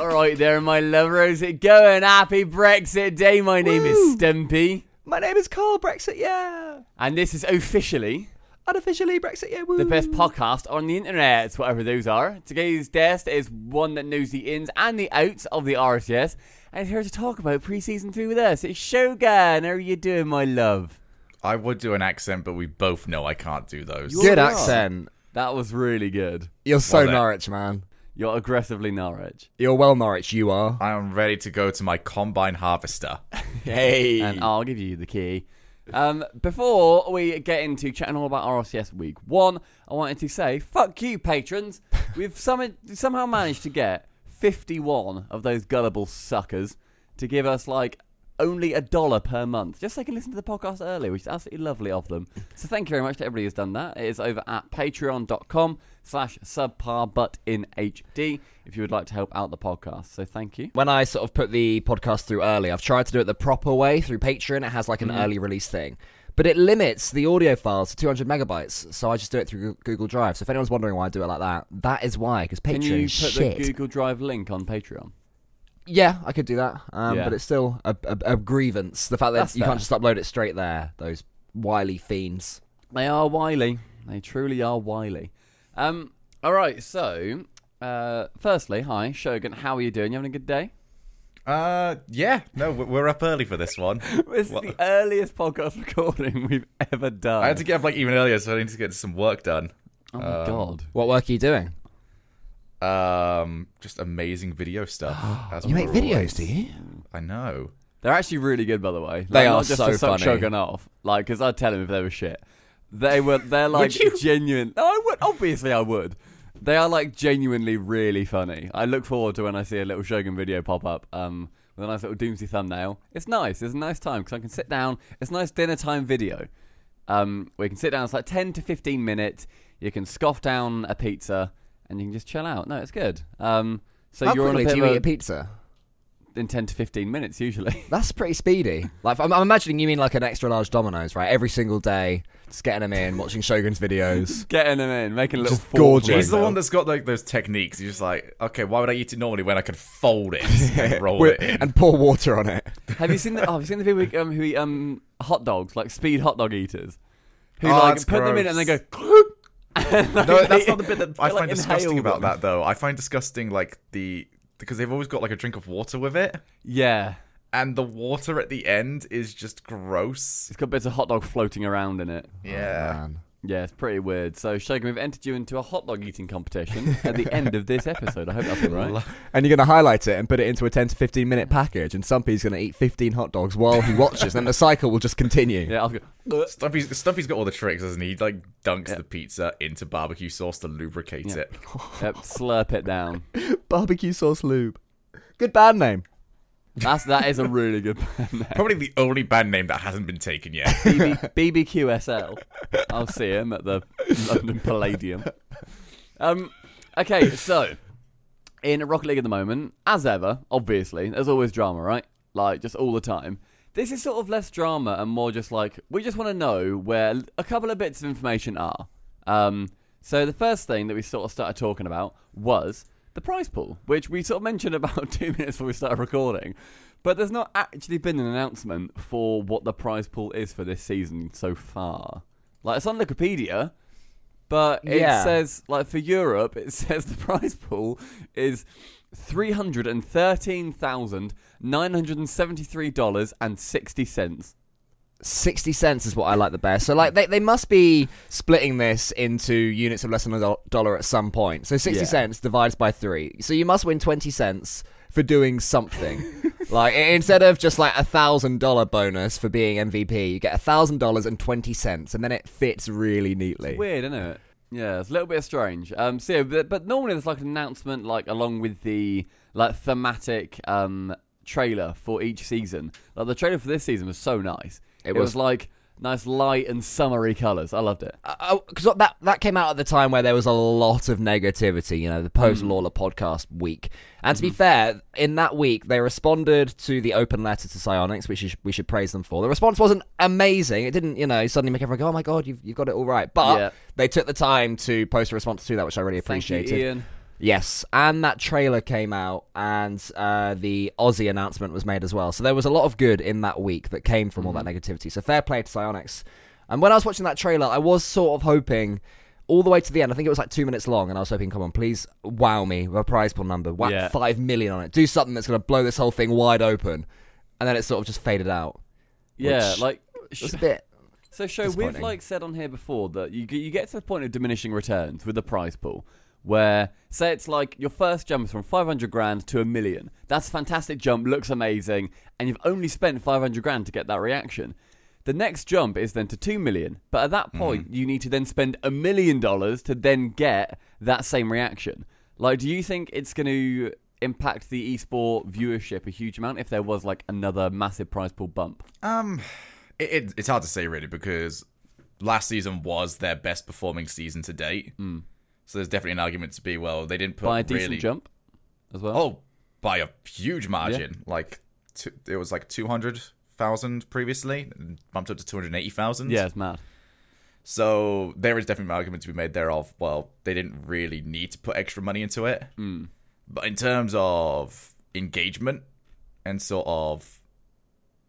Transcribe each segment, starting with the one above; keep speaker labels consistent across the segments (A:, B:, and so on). A: out there, my lover. How's it going? Happy Brexit Day. My name
B: Woo.
A: is Stumpy,
B: My name is Carl Brexit, yeah.
A: and this is officially
B: Unofficially Brexit, yeah. Woo.
A: the best podcast on the internet, whatever those are. Today's guest is one that knows the ins and the outs of the RCS, and is here to talk about pre-season three with us. It's Shogun. How are you doing, my love?
C: I would do an accent, but we both know I can't do those.
A: You're-
D: Good
A: Yeah.
D: accent.
A: That was really good.
D: You're so
C: Was it?
D: Norwich, man.
A: You're aggressively Norwich.
D: You're well Norwich, you are.
C: I am ready to go to my combine harvester.
D: Hey.
A: and I'll give you the key. Um, before we get into chatting all about RCS Week One, I wanted to say, fuck you, patrons. We've some, somehow managed to get fifty-one of those gullible suckers to give us like only a dollar per month, just so they can listen to the podcast earlier, which is absolutely lovely of them. So thank you very much to everybody who's done that. It is over at patreon.com slash subpar but in HD if you would like to help out the podcast. So thank you.
D: when I sort of put the podcast through early, I've tried to do it the proper way through Patreon. It has like an
B: Mm-hmm.
D: early release thing, but it limits the audio files to 200 megabytes. So I just do it through Goo- Google Drive. So if anyone's wondering why I do it like that, that is why. Because Patreon,
A: Can you
D: is
A: put
D: shit.
A: the Google Drive link on Patreon?
D: yeah, I could do that, um,
A: Yeah.
D: but it's still a, a, a grievance. The fact that
A: That's
D: you
A: fair.
D: can't just upload it straight there. Those wily fiends.
A: They are wily. They truly are wily. Um, all right. So, uh, firstly, hi Shogun. How are you doing? You having a good day?
C: Uh, yeah, no, we- we're up early for this one.
A: This is
C: What-
A: the earliest podcast recording we've ever done.
C: I had to get up like even earlier, so I need to get some work done.
A: oh my
C: um,
A: god!
D: What work are you doing?
C: Um, just amazing video stuff. as
D: You make
C: per
D: videos,
C: always.
D: do you?
C: I know.
A: They're actually really good, by the way. Like,
D: They
A: not
D: are
A: just
D: so
A: to suck
D: funny.
A: Shogun off, like because I'd tell him if they were shit. They were. They're like
C: you?
A: genuine. No, I would. Obviously, I would. They are like genuinely really funny. I look forward to when I see a little Shogun video pop up um, with a nice little Doomsday thumbnail. It's nice. It's a nice time because I can sit down. It's a nice dinner time video. Um, where you can sit down. It's like ten to fifteen minutes. You can scoff down a pizza and you can just chill out. No, it's good. Um, so
D: How
A: you're on a
D: quickly
A: bit
D: do you
A: of
D: eat a pizza?
A: in ten to fifteen minutes usually.
D: That's pretty speedy. Like I'm, I'm imagining you mean like an extra large Domino's, right? Every single day, just getting them in, watching Shogun's videos.
A: Getting them in, making a little
D: Just
A: fork
D: gorgeous.
A: with
C: He's
D: Right
C: the
D: now.
C: one that's got like those techniques. You're just like, okay, why would I eat it normally when I could fold it and roll
D: Wi-
C: it in?
D: and pour water on it.
A: Have you seen the? Oh, have you seen the people who, um, who eat um, hot dogs like speed hot dog eaters? Who
C: Oh,
A: like
C: that's
A: put them in and they go.
C: no, that's not the bit that I
A: like,
C: find disgusting
A: inhale
C: about
A: them.
C: that, though. I find disgusting like the because they've always got like a drink of water with it,
A: Yeah,
C: and the water at the end is just gross.
A: it's got bits of hot dog floating around in it.
C: Yeah,
D: Oh, Man.
A: Yeah, it's pretty weird. So, Shogun, we've entered you into a hot dog eating competition at the end of this episode. I hope that's all right.
D: And you're going to highlight it and put it into a 10 to 15 minute package, and Stumpy's going to eat 15 hot dogs while he watches, and then the cycle will just continue.
A: Yeah, I'll go.
C: Stumpy's, Stumpy's got all the tricks, doesn't he? He like dunks the pizza into barbecue sauce to lubricate
A: Yeah.
C: it.
A: Yep, slurp it down.
D: Barbecue sauce lube. Good band name.
A: That's that is a really good band name.
C: Probably the only band name that hasn't been taken yet.
A: BB, BBQSL. I'll see him at the London Palladium. Um, okay, so in Rocket League at the moment, as ever, obviously, there's always drama, right? Like just all the time. This is sort of less drama and more just like we just want to know where a couple of bits of information are. Um, so the first thing that we sort of started talking about was the prize pool, which we sort of mentioned about two minutes before we started recording. But there's not actually been an announcement for what the prize pool is for this season so far. Like it's on Wikipedia, but it
D: Yeah.
A: says like for Europe, it says the prize pool is three hundred and thirteen thousand nine hundred and seventy-three dollars and sixty cents.
D: 60 cents is what I like the best. So, like, they, they must be splitting this into units of less than a do- dollar at some point. So, 60
A: Yeah.
D: cents divides by three. So, you must win 20 cents for doing something. like, i- instead of just like a thousand dollar bonus for being MVP, you get a thousand dollars and 20 cents, and then it fits really neatly.
A: Weird, isn't it? Yeah, it's a little bit strange. Um, so yeah, but, but normally there's like an announcement, like along with the like thematic um trailer for each season. Like the trailer for this season was so nice. It, was,
D: was-
A: like nice light and summery colours. I loved it.
D: because that that came out at the time where there was a lot of negativity. You know, the post
A: Mm.
D: Lawler podcast week.
A: Mm-hmm.
D: And to be fair, in that week they responded to the open letter to Psionics, which is, we should praise them for. The response wasn't amazing. It didn't, you know, suddenly make everyone go, "Oh my god, you've you've got it all right." But
A: Yeah.
D: they took the time to post a response to that, which I really
A: Thank
D: appreciated.
A: you, Ian.
D: Yes, and that trailer came out, and uh, the Aussie announcement was made as well. So there was a lot of good in that week that came from all that negativity. So fair play to Psyonix. And when I was watching that trailer, I was sort of hoping all the way to the end. I think it was like two minutes long, and I was hoping, come on, please wow me with a prize pool number, whack
A: Yeah.
D: five million on it, do something that's going to blow this whole thing wide open. And then it sort of just faded out.
A: Yeah,
D: Which-
A: like
D: Just a bit.
A: So, show we've
D: Disappointing.
A: like said on here before that you g- you get to the point of diminishing returns with the prize pool, where say it's like your first jump is from five hundred grand to a million. That's a fantastic jump, looks amazing, and you've only spent five hundred grand to get that reaction. The next jump is then to two million, but at that point you need to then spend a million dollars to then get that same reaction. Like, do you think it's going to impact the esport viewership a huge amount if there was like another massive prize pool bump?
C: Um, it, it, it's hard to say really because last season was their best performing season to date. So there's definitely an argument to be well they didn't put
A: Hmm. By a decent
C: really
A: jump as well.
C: oh by a huge margin like two, it was like two hundred thousand previously and bumped up to two hundred eighty thousand.
A: Yeah, it's mad.
C: So there is definitely an argument to be made there of well they didn't really need to put extra money into it.
A: Hmm.
C: But in terms of engagement and sort of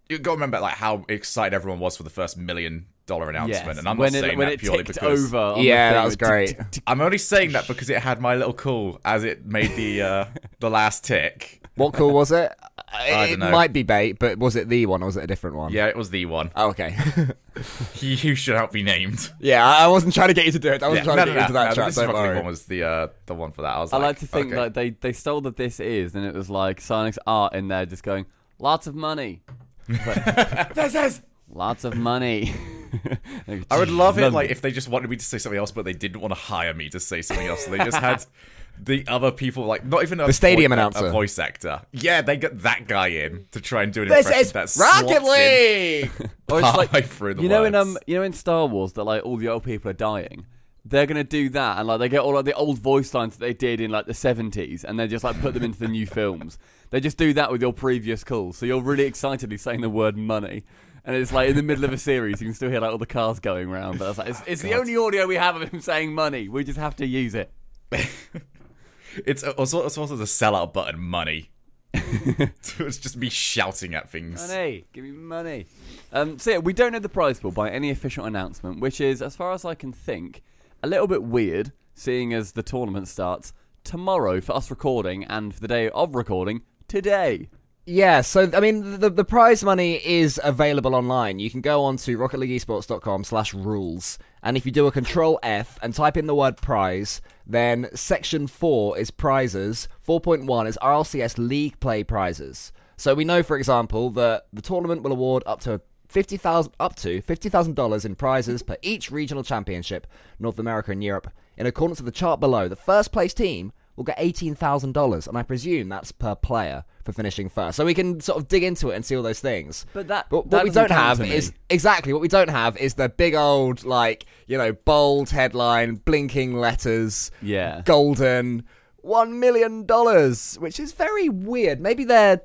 C: you got to remember like how excited everyone was for the first million dollar announcement, and I'm
A: when
C: not
A: it,
C: saying
A: when
C: that
A: it
C: purely
A: ticked
C: because
A: over. on the
D: Yeah,
A: thing,
D: that was
A: it tick,
D: great.
A: tick, tick.
C: I'm only saying that because it had my little call as it made the uh, the last tick.
D: What call was it?
C: don't
D: it
C: know.
D: might be bait, but was it the one or was it a different one?
C: Yeah, it was the one.
D: Oh, okay.
C: He who should not be named.
D: yeah, I I wasn't trying to get you to do it. I
C: Yeah,
D: wasn't
C: no,
D: trying
C: no,
D: to get you
C: no,
D: into that
C: no,
D: trap.
C: This
D: Don't
C: fucking
D: worry.
C: one was the uh, the one for that. I was
A: I
C: like,
A: like to think
C: okay.
A: like they they stole the this is, and it was like Sonic's art in there, just going lots of money,
C: This is-
A: lots of money.
C: I would love it like if they just wanted me to say something else, but they didn't want to hire me to say something else. So they just had the other people, like not even a
D: The stadium
C: voi- a-
D: announcer.
C: a voice actor. Yeah, they got that guy in to try and do an
D: This
C: impression.
D: is
C: that
D: Rocket
C: slots in
D: League.
A: or it's
C: halfway
A: like
C: through the
A: you know in
C: words.
A: um you know in Star Wars that like all the old people are dying. They're gonna do that, and like they get all like the old voice lines that they did in like the seventies, and they just like put them into the new films. They just do that with your previous calls, so you're really excitedly saying the word money, and it's like in the middle of a series, you can still hear like all the cars going round. But it's like it's, it's the only audio we have of him saying money. We just have to use it.
C: It's also, it's also the sellout button money. so it's just me shouting at things.
A: Money, give me money. Um, so yeah, we don't know the prize pool by any official announcement, which is, as far as I can think, a little bit weird, seeing as the tournament starts tomorrow for us recording and for the day of recording today.
D: Yeah, so I mean, the the prize money is available online. You can go on to rocketleagueesports.com/rules, and if you do a Control F and type in the word prize, then section four is prizes. Four point one is RLCS League Play prizes. So we know, for example, that the tournament will award up to fifty thousand up to fifty thousand dollars in prizes per each regional championship, North America and Europe. In accordance with the chart below, the first place team will get eighteen thousand dollars, and I presume that's per player for finishing first. So we can sort of dig into it and see all those things.
A: But that-
D: what
A: that
D: we
A: doesn't
D: don't
A: count
D: have
A: to me.
D: is exactly what we don't have is the big old like you know bold headline, blinking letters,
A: Yeah.
D: golden. One million dollars, which is very weird. Maybe they're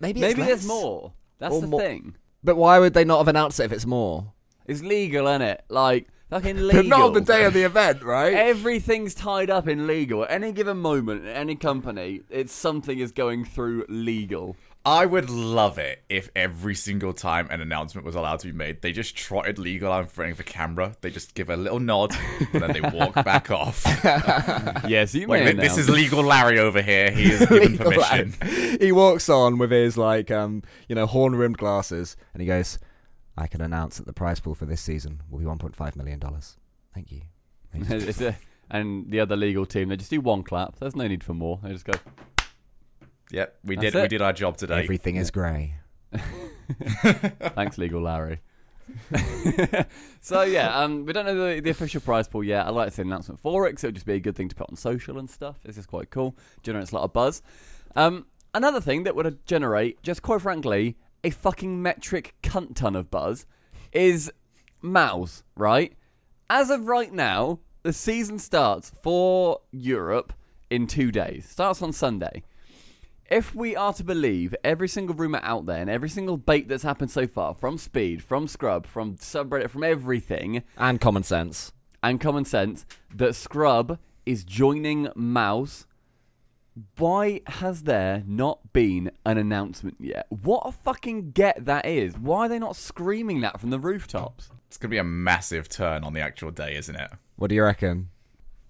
D: maybe it's
A: Maybe there's
D: less.
A: more. That's
D: Or
A: the
D: more-
A: thing.
D: But why would they not have announced it if it's more?
A: It's legal, isn't it? Like fucking legal.
D: of the event, right?
A: Everything's tied up in legal. At any given moment, in any company, it's something is going through legal.
C: I would love it if every single time an announcement was allowed to be made, they just trotted legal out in front of the camera. They just give a little nod and then they walk back off.
A: Yes, you
C: Like,
A: may
C: this
A: announce.
C: is legal Larry over here. He is given permission.
D: he walks on with his like um, you know, horn rimmed glasses and he goes, I can announce that the prize pool for this season will be one point five million dollars. Thank you.
A: It's a- and the other legal team, they just do one clap. There's no need for more. They just go.
C: Yep, we
A: That's
C: did. We
A: it.
C: did our job today.
D: Everything is grey.
A: Thanks, legal Larry. so yeah, um, we don't know the, the official prize pool yet. I like to see an announcement for it because it would just be a good thing to put on social and stuff. This is quite cool. Generates a lot of buzz. Um, another thing that would generate, just quite frankly, a fucking metric cunt ton of buzz, is Mouse, right? As of right now, the season starts for Europe in two days. Starts on Sunday if we are to believe every single rumor out there and every single bait that's happened so far from Speed, from Scrub, from subreddit, from everything,
D: And common sense.
A: and common sense, that Scrub is joining Mouse Why has there not been an announcement yet? What a fucking get that is. Why are they not screaming that from the rooftops?
C: It's gonna be a massive turn on the actual day, isn't it?
D: What do you reckon?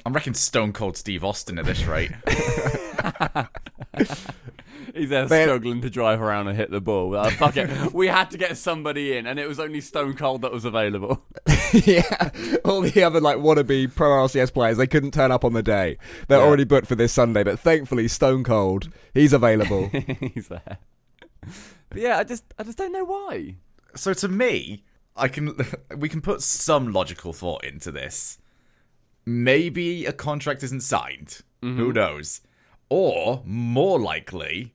C: I'm reckoning Stone Cold Steve Austin at this rate.
A: He's there struggling to drive around and hit the ball. Uh, fuck it. We had to get somebody in, and it was only Stone Cold that was available.
D: yeah, all the other like wannabe pro RCS players they couldn't turn up on the day. They're already booked for this Sunday, but thankfully Stone Cold he's available.
A: He's there. But yeah, I just, I just don't know why.
C: so to me, I can we can put some logical thought into this. Maybe a contract isn't signed.
A: Mm-hmm.
C: Who knows? Or more likely,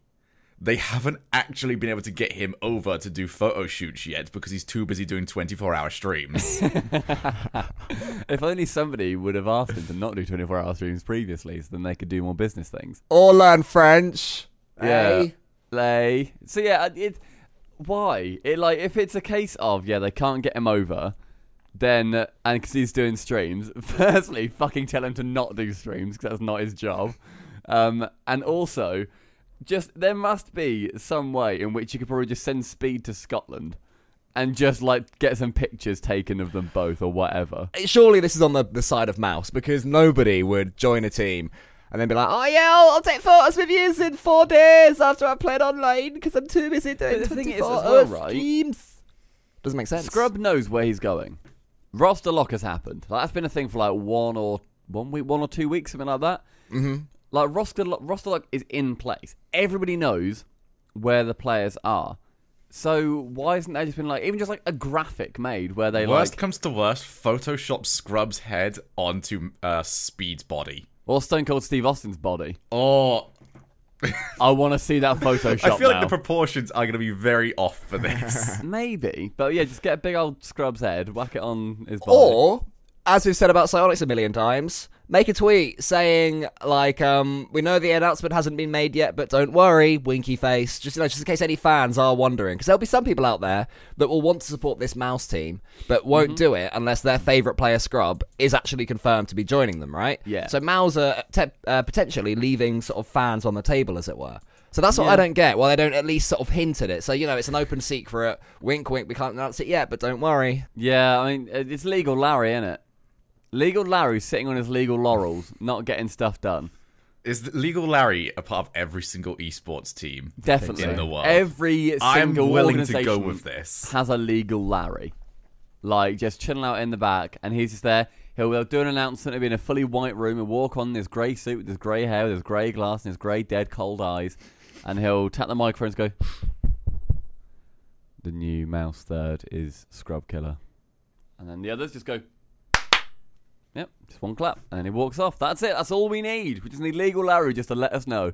C: they haven't actually been able to get him over to do photo shoots yet because he's too busy doing 24-hour streams.
A: If only somebody would have asked him to not do 24 hour streams previously, so then they could do more business things.
D: or learn French.
A: Yeah.
D: eh?
A: Lay. So yeah, uh, it. Why? It like if it's a case of yeah they can't get him over, then uh, and 'cause he's doing streams. Firstly, fucking tell him to not do streams because that's not his job. Um, and also, just there must be some way in which you could probably just send Speed to Scotland. And just like get some pictures taken of them both or whatever.
D: Uh, Surely this is on the, the side of mouse because nobody would join a team and then be like, oh yeah, I'll, I'll take photos with you in four days after I played online because I'm too busy doing
A: But the thing is as
D: 24
A: well,
D: hours
A: right?
D: streams. Doesn't make sense.
A: Scrub knows where he's going. Roster lock has happened. Like, that's been a thing for like one or one week, one or two weeks, something like that.
D: Mm-hmm.
A: Like roster lock, roster lock is in place. Everybody knows where the players are. So why isn't there just been like even just like a graphic made where they
C: worst
A: like
C: comes to worst, Photoshop Scrub's head onto uh, Speed's body.
A: or Stone Cold Steve Austin's body?
C: Or
A: I want to see that Photoshop.
C: Oh, I feel
A: now.
C: like the proportions are going to be very off for this.
A: maybe, but yeah, just get a big old Scrub's head, whack it on his body.
D: Or, as we've said about Psionics a million times, make a tweet saying like, um, "We know the announcement hasn't been made yet, but don't worry, winky face." Just you know, just in case any fans are wondering, because there'll be some people out there that will want to support this mouse team, but won't
A: Mm-hmm.
D: do it unless their favorite player Scrub is actually confirmed to be joining them. Right?
A: Yeah.
D: So Mouse are te- uh, potentially leaving sort of fans on the table, as it were. So that's what
A: Yeah.
D: I don't get. Well, they don't at least sort of hint at it. So you know, it's an open secret. Wink, wink. We can't announce it yet, but don't worry.
A: Yeah, I mean, it- it's legal Larry, isn't it? Legal Larry's sitting on his legal laurels, not getting stuff done.
C: Is Legal Larry a part of every single esports team?
A: Definitely.
C: In the world.
A: Every single
C: I'm willing to
A: organisation
C: go with this.
A: has a legal Larry. Like, just chilling out in the back, and he's just there. He'll, he'll do an announcement, he'll be in a fully white room, he'll walk on in his grey suit with his grey hair, with his grey glass, and his grey, dead, cold eyes, and he'll tap the microphone and go, The new mouse third is Scrub Killer. And then the others just go, Yep, just one clap. And then he walks off. That's it, that's all we need. We just need legal Larry just to let us know.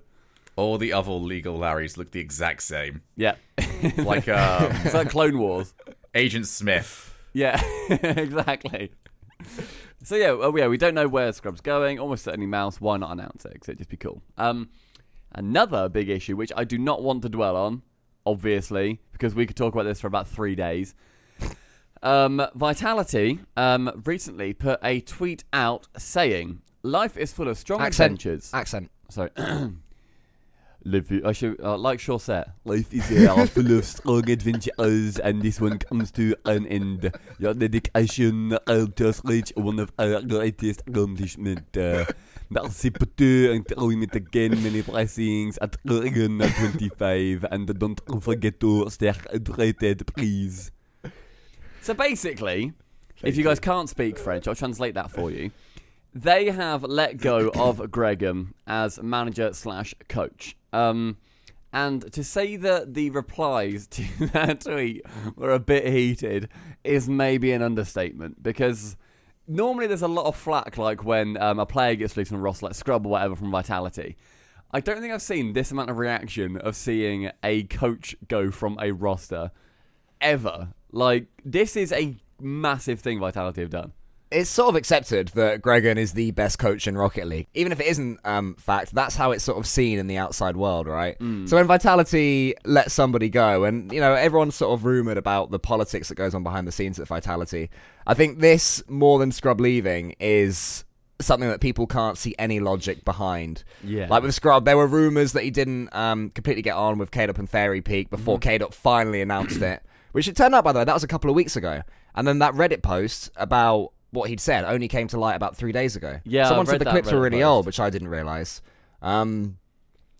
C: All the other Legal Larrys look the exact same.
A: Yeah.
C: Like um,
A: It's like Clone Wars.
C: Agent Smith.
A: Yeah, exactly. So yeah, well, yeah, we don't know where Scrub's going. Almost certainly Mouse. Why not announce it? Because it'd just be cool. Um, another big issue, which I do not want to dwell on, obviously, because we could talk about this for about three days. Um, Vitality um, recently put a tweet out saying, "Life is full of strong
D: Accent.
A: adventures."
D: Accent.
A: Sorry. Live, I should uh, like Shaw said. Life is uh, full of strong adventures, and this one comes to an end. Your dedication uh, just reached one of our greatest accomplishments. Uh, merci pour tout, until we meet again. Many blessings at Oregon 25, and don't forget to stay hydrated, please. So basically, if you guys can't speak French, I'll translate that for you. They have let go of Gregum as manager slash coach. Um, and to say that the replies to that tweet were a bit heated is maybe an understatement because normally there's a lot of flack like when um, a player gets released from Ross, like Scrub or whatever from Vitality. I don't think I've seen this amount of reaction of seeing a coach go from a roster ever. Like, this is a massive thing Vitality have done.
D: It's sort of accepted that Gregan is the best coach in Rocket League. Even if it isn't um, fact, that's how it's sort of seen in the outside world, right? So when Vitality lets somebody go, and, you know, everyone's sort of rumored about the politics that goes on behind the scenes at Vitality, I think this, more than Scrub leaving, is something that people can't see any logic behind.
A: Yeah.
D: Like with Scrub, there were rumors that he didn't um, completely get on with K-Dot and Fairy Peak before
A: Mm-hmm.
D: K-Dot finally announced it, which it turned out, by the way, that was a couple of weeks ago. And then that Reddit post about what he'd said only came to light about three days ago.
A: Yeah, I
D: Someone
A: read
D: said the
A: that
D: clips were
A: Reddit
D: really
A: post.
D: old, which I didn't realize. Um,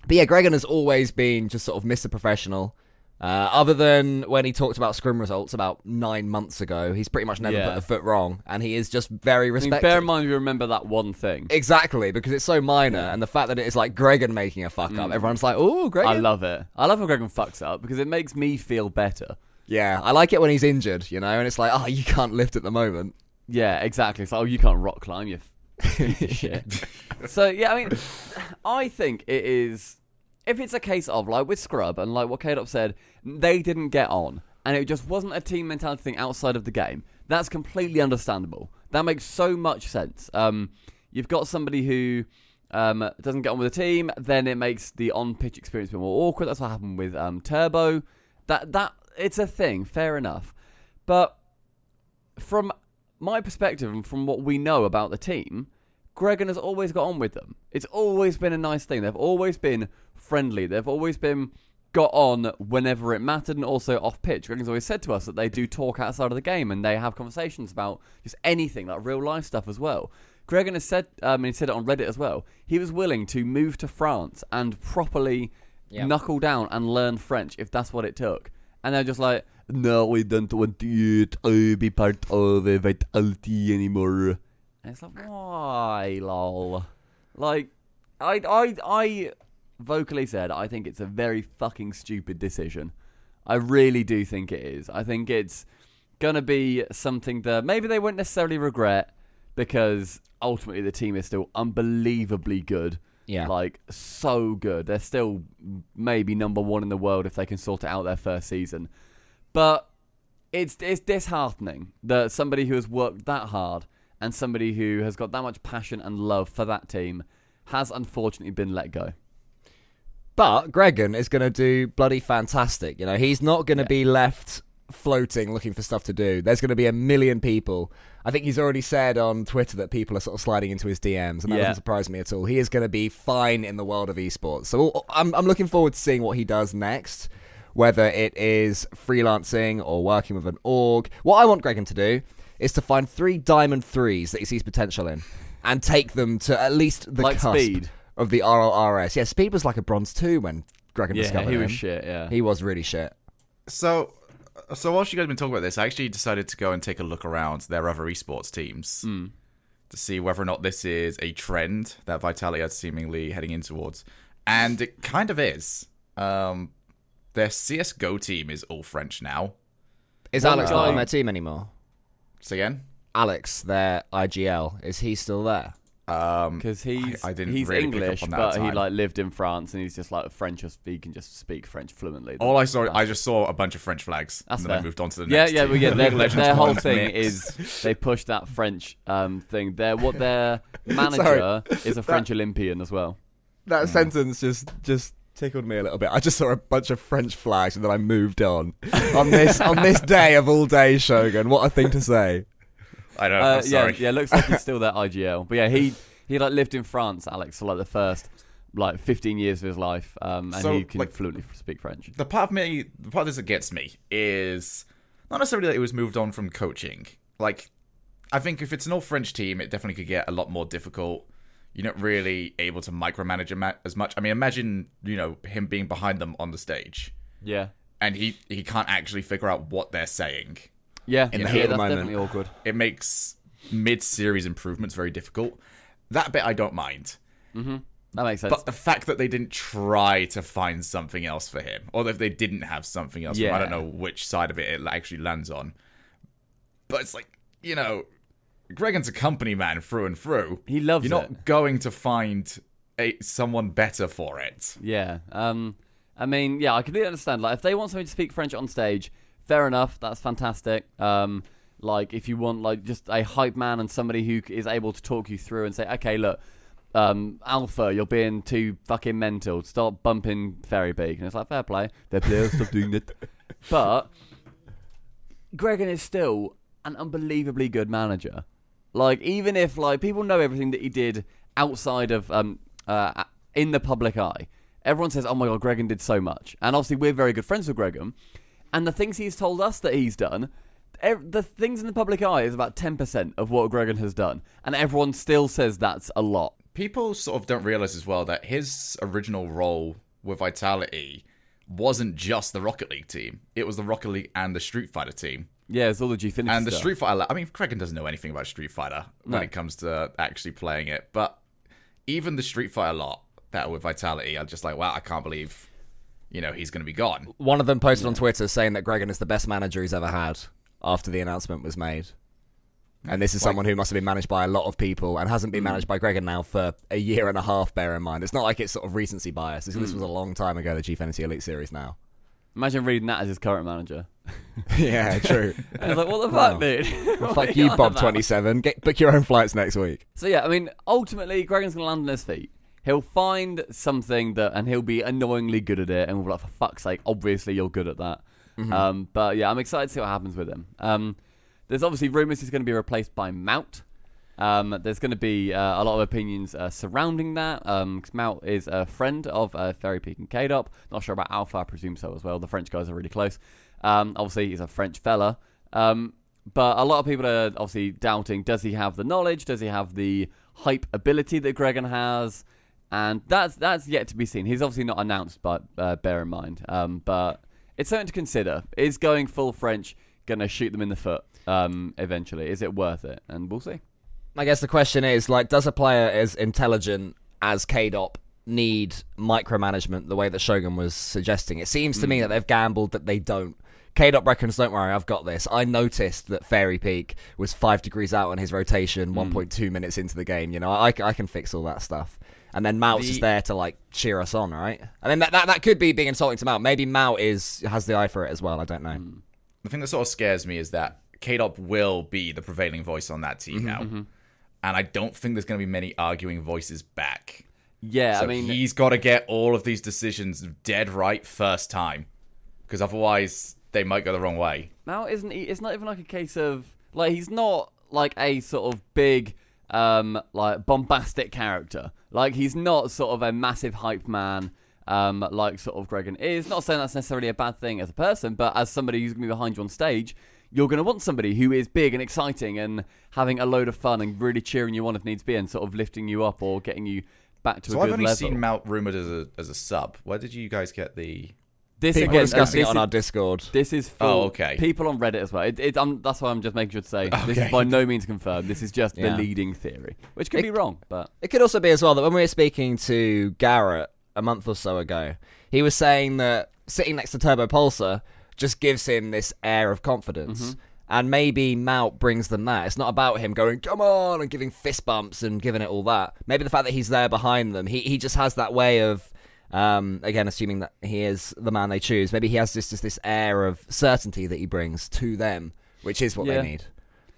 D: but yeah, Gregan has always been just sort of Mr. Professional. Uh, other than when he talked about scrim results about nine months ago, he's pretty much never
A: Yeah.
D: put a foot wrong, and he is just
A: I
D: very
A: mean,
D: respected.
A: bear in mind, we remember that one thing.
D: Exactly, because it's so minor, and the fact that it is like Gregan making a fuck up, everyone's like, "Oh, Gregan."
A: I love it. I love how Gregan fucks up because it makes me feel better.
D: yeah, I like it when he's injured, you know, and it's like, "Oh, you can't lift at the moment."
A: Yeah, exactly. It's like, oh, you can't rock climb, you f- piece of shit. so, yeah, I mean, I think it is. If it's a case of, like, with Scrub and, like, what K-Dop said, they didn't get on and it just wasn't a team mentality thing outside of the game, that's completely understandable. That makes so much sense. Um, you've got somebody who um, doesn't get on with the team, then it makes the on pitch experience a bit more awkward. That's what happened with um, Turbo. That, that, it's a thing, fair enough. But from my perspective and from what we know about the team, Gregan has always got on with them. It's always been a nice thing. They've always been friendly. They've always been got on whenever it mattered and also off pitch. Gregan's always said to us that they do talk outside of the game and they have conversations about just anything, like real life stuff as well. Gregan has said, um, and he said it on Reddit as well, he was willing to move to France and properly
D: Yeah.
A: knuckle down and learn French if that's what it took. And they're just like, no, we don't want you to be part of a vitality anymore. And it's like, why, lol? Like, I, I, I vocally said I think it's a very fucking stupid decision. I really do think it is. I think it's gonna be something that maybe they won't necessarily regret because ultimately the team is still unbelievably good.
D: Yeah.
A: Like so good. They're still maybe number one in the world if they can sort it out their first season. But it's it's disheartening that somebody who has worked that hard and somebody who has got that much passion and love for that team has unfortunately been let go.
D: But Gregan is going to do bloody fantastic. You know, he's not going to be left floating looking for stuff to do. There's going to be a million people. I think he's already said on Twitter that people are sort of sliding into his DMs, and
A: Yeah.
D: that doesn't surprise me at all. He is going to be fine in the world of esports. So I'm, I'm looking forward to seeing what he does next, whether it is freelancing or working with an org. What I want Gregan to do is to find three diamond threes that he sees potential in and take them to at least the
A: Like
D: cusp
A: Speed.
D: of the RRS. Yeah, Speed was like a bronze two when Gregan
A: Yeah,
D: discovered
A: he
D: him.
A: was shit. Yeah,
D: He was really shit.
C: So, so whilst you guys have been talking about this, I actually decided to go and take a look around their other esports teams
A: Hmm.
C: to see whether or not this is a trend that Vitality are seemingly heading in towards, and it kind of is. Um, their CS:GO team is all French now.
D: Is
A: One
D: Alex
A: guy-
D: not on their team anymore?
C: So again,
D: Alex, their IGL, is he still there?
C: um,
A: because he's
C: I- I didn't
A: he's
C: really pick up
A: English,
C: on that
A: but
C: at the
A: he
C: time.
A: like lived in France and he's just like French. as- He can just speak French fluently.
C: all I saw, I just saw a bunch of French flags,
A: That's
C: and then I
A: fair.
C: moved on to the
A: yeah,
C: next.
A: yeah,
C: team.
A: well, yeah. Their,
C: League of Legends
A: their whole
C: One's
A: thing
C: mix.
A: is they push that French um, thing. Their what their manager is a French Olympian as well.
D: That sentence just just tickled me a little bit. I just saw a bunch of French flags and then I moved on. on this on this day of all day, Shogun. What a thing to say.
C: I don't know.
A: Uh,
C: I'm
A: yeah,
C: sorry.
A: yeah. Looks like he's still their IGL, but yeah, he he like lived in France, Alex, for like the first like 15 years of his life, um, and
C: So,
A: he can
C: like-
A: fluently speak French.
C: the part of me, the part of this that gets me is not necessarily that it was moved on from coaching. Like, I think if it's an all French team, it definitely could get a lot more difficult. You're not really able to micromanage a ma- as much. I mean, imagine you know him being behind them on the stage,
A: Yeah,
C: and he he can't actually figure out what they're saying.
A: yeah.
D: In the
A: yeah,
D: heat of the
A: that's
D: moment.
A: definitely awkward.
C: It makes mid-series improvements very difficult. That bit I don't mind.
A: That makes sense.
C: But the fact that they didn't try to find something else for him, or if they didn't have something else, for him, I
A: Yeah.
C: don't know which side of it it actually lands on. But it's like, you know, Gregan's a company man through and through.
A: He loves
C: You're
A: it.
C: not going to find a someone better for it.
A: Yeah. Um. I mean, yeah, I completely understand. Like, if they want somebody to speak French on stage, fair enough. That's fantastic. Um. Like, if you want like just a hype man and somebody who is able to talk you through and say, okay, look, um, Alpha, you're being too fucking mental. Stop bumping Fairy Beak, and it's like fair play. They're players, stop doing that. But Gregan is still an unbelievably good manager. Like even if like people know everything that he did outside of um uh in the public eye, everyone says, "Oh my god, Gregan did so much." And obviously, we're very good friends with Gregan, and the things he's told us that he's done. Ev- the things in the public eye is about 10% of what Gregan has done, and everyone still says that's a lot.
C: people sort of don't realize as well that his original role with Vitality wasn't just the Rocket League team; it was the Rocket League and the Street Fighter team.
A: Yeah, it's all the G Finish
C: And the
A: stuff.
C: Street Fighter, I mean, Kraken doesn't know anything about Street Fighter when
A: No.
C: it comes to actually playing it, but even the Street Fighter lot that were with Vitality, I'm just like, wow, I can't believe, you know, he's going to be gone.
D: One of them posted on Twitter saying that Gregan is the best manager he's ever had after the announcement was made. And this is someone who must have been managed by a lot of people and hasn't been managed by Gregan now for a year and a half, bear in mind. It's not like it's sort of recency bias. This, this was a long time ago, the Gfinity Elite Series now.
A: Imagine reading that as his current manager.
D: yeah, true.
A: I was like, what the fuck,
D: Wow.
A: dude?
D: Well,
A: What
D: fuck
A: are
D: you,
A: on about?
D: Bob27. Get, book your own flights next week.
A: So yeah, I mean, ultimately, Gregan's gonna land on his feet. He'll find something that, and he'll be annoyingly good at it, and we'll be like, for fuck's sake, obviously you're good at that. Um, but yeah, I'm excited to see what happens with him. Um, there's obviously rumours he's going to be replaced by Mount. Um, there's going to be uh, a lot of opinions uh, surrounding that. Um 'cause Mount is a friend of uh, Fairy Peak and KDOP. Not sure about Alpha, I presume so as well. The French guys are really close. Um, obviously, he's a French fella. Um, but a lot of people are obviously doubting does he have the knowledge? Does he have the hype ability that Gregan has? And that's that's yet to be seen. He's obviously not announced, but uh, bear in mind. Um, but it's something to consider. Is going full French going to shoot them in the foot um, eventually? Is it worth it? And we'll see.
D: I guess the question is like, does a player as intelligent as KDOP need micromanagement the way that Shogun was suggesting? It seems to
A: Hmm.
D: me that they've gambled that they don't. KDOP reckons, don't worry, I've got this. I noticed that Fairy Peak was five degrees out on his
A: Hmm.
D: rotation, 1.2 minutes into the game. You know, I, I can fix all that stuff. And then Maut's just
C: The-
D: there to like cheer us on, right? I mean, that, that, that could be being insulting to Maut. Maybe Maut is has the eye for it as well. I don't know.
A: Hmm.
C: The thing that sort of scares me is that KDOP will be the prevailing voice on that
A: Mm-hmm,
C: team now. And I don't think there's going to be many arguing voices back.
A: Yeah,
C: So
A: I mean,
C: he's got to get all of these decisions dead right first time, because otherwise they might go the wrong way.
A: Mao isn't. He, it's not even like a case of like he's not like a sort of big, um, like bombastic character. Like he's not sort of a massive hype man. Um, like sort of Gregan is. Not saying that's necessarily a bad thing as a person, but as somebody who's gonna be behind you on stage, you're gonna want somebody who is big and exciting and having a load of fun and really cheering you on if needs be and sort of lifting you up or getting you back to
C: So
A: a
C: I've
A: good
C: only
A: level.
C: seen Mount rumored as a as a sub. Where did you guys get the?
A: this
D: People
A: again,
D: discussing
A: this
D: it on
A: is-
D: our Discord.
A: This is for
C: Oh, okay.
A: people on Reddit as well. It, it, um, that's why I'm just making sure to say this
C: Okay.
A: is by no means confirmed. This is just
D: Yeah.
A: the leading theory, which could
D: It-
A: be wrong, but
D: It could also be as well that when we were speaking to Garrett a month or so ago, he was saying that sitting next to Turbo Pulsar just gives him this air of confidence.
A: Mm-hmm.
D: And maybe Mount brings them that. It's not about him going, come on, and giving fist bumps and giving it all that. Maybe the fact that he's there behind them, he, he just has that way of, um, again, assuming that he is the man they choose, maybe he has just, just this air of certainty that he brings to them, which is what
A: Yeah.
D: they need.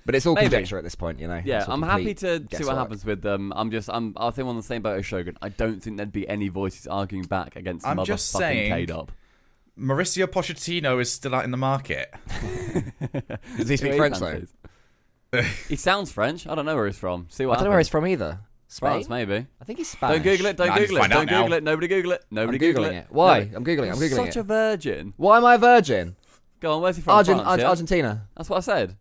D: But it's all
A: Maybe.
D: conjecture at this point, you know?
A: yeah,
D: It's all
A: I'm happy
D: complete
A: to see what
D: guesswork.
A: happens with them. I'm just, I'm, I think I'm on the same boat as Shogun. I don't think there'd be any voices arguing back against
C: I'm
A: motherfucking
C: just saying-
A: KDOP.
C: Mauricio Pochettino is still out in the market.
D: Does
A: See
D: he
A: what
D: speak
A: he
D: French, though?
A: fancies. he sounds French. I don't know where he's from. See what
D: I don't know where he's from either. Spain?
A: France, maybe.
D: I think he's Spanish.
A: Don't Google it. Don't
C: Nah, I need
A: Google
C: to
A: it.
C: find out
A: Don't Google
C: now.
A: it. Nobody Google it. Nobody
D: I'm
A: Google
D: googling it. Why? I'm googling it. I'm
A: You're
D: googling
A: such
D: it.
A: a virgin.
D: Why am I a virgin?
A: Go on. Where's he from?
D: Argent-
A: France, yeah?
D: Argentina.
A: That's what I said.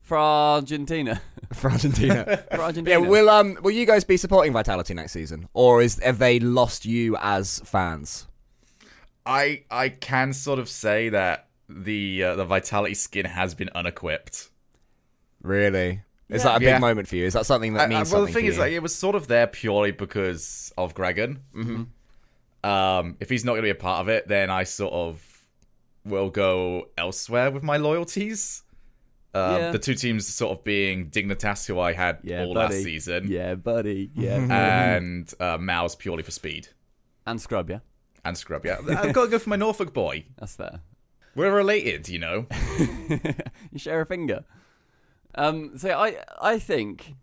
A: For Argentina.
D: For Argentina.
A: For
D: yeah.
A: Argentina.
D: Will um will you guys be supporting Vitality next season, or is have they lost you as fans?
C: I I can sort of say that the uh, the Vitality skin has been unequipped.
D: Really? Is that a big
C: Yeah.
D: moment for you? Is that something that
C: I-
D: means
C: I- Uh,
D: something
C: well, the thing
D: for
C: is,
D: you?
C: like, it was sort of there purely because of Gregan. Um, if he's not going to be a part of it, then I sort of will go elsewhere with my loyalties. Um,
A: Yeah.
C: The two teams sort of being Dignitas, who I had
A: Yeah,
C: all
A: buddy.
C: last season,
A: Yeah, buddy. Yeah.
C: and uh, Mao's purely for speed
A: and Scrub, yeah.
C: and Scrub. Yeah, I've got to go for my Norfolk boy.
A: That's fair.
C: We're related, you know.
A: You share a finger. Um, so I I think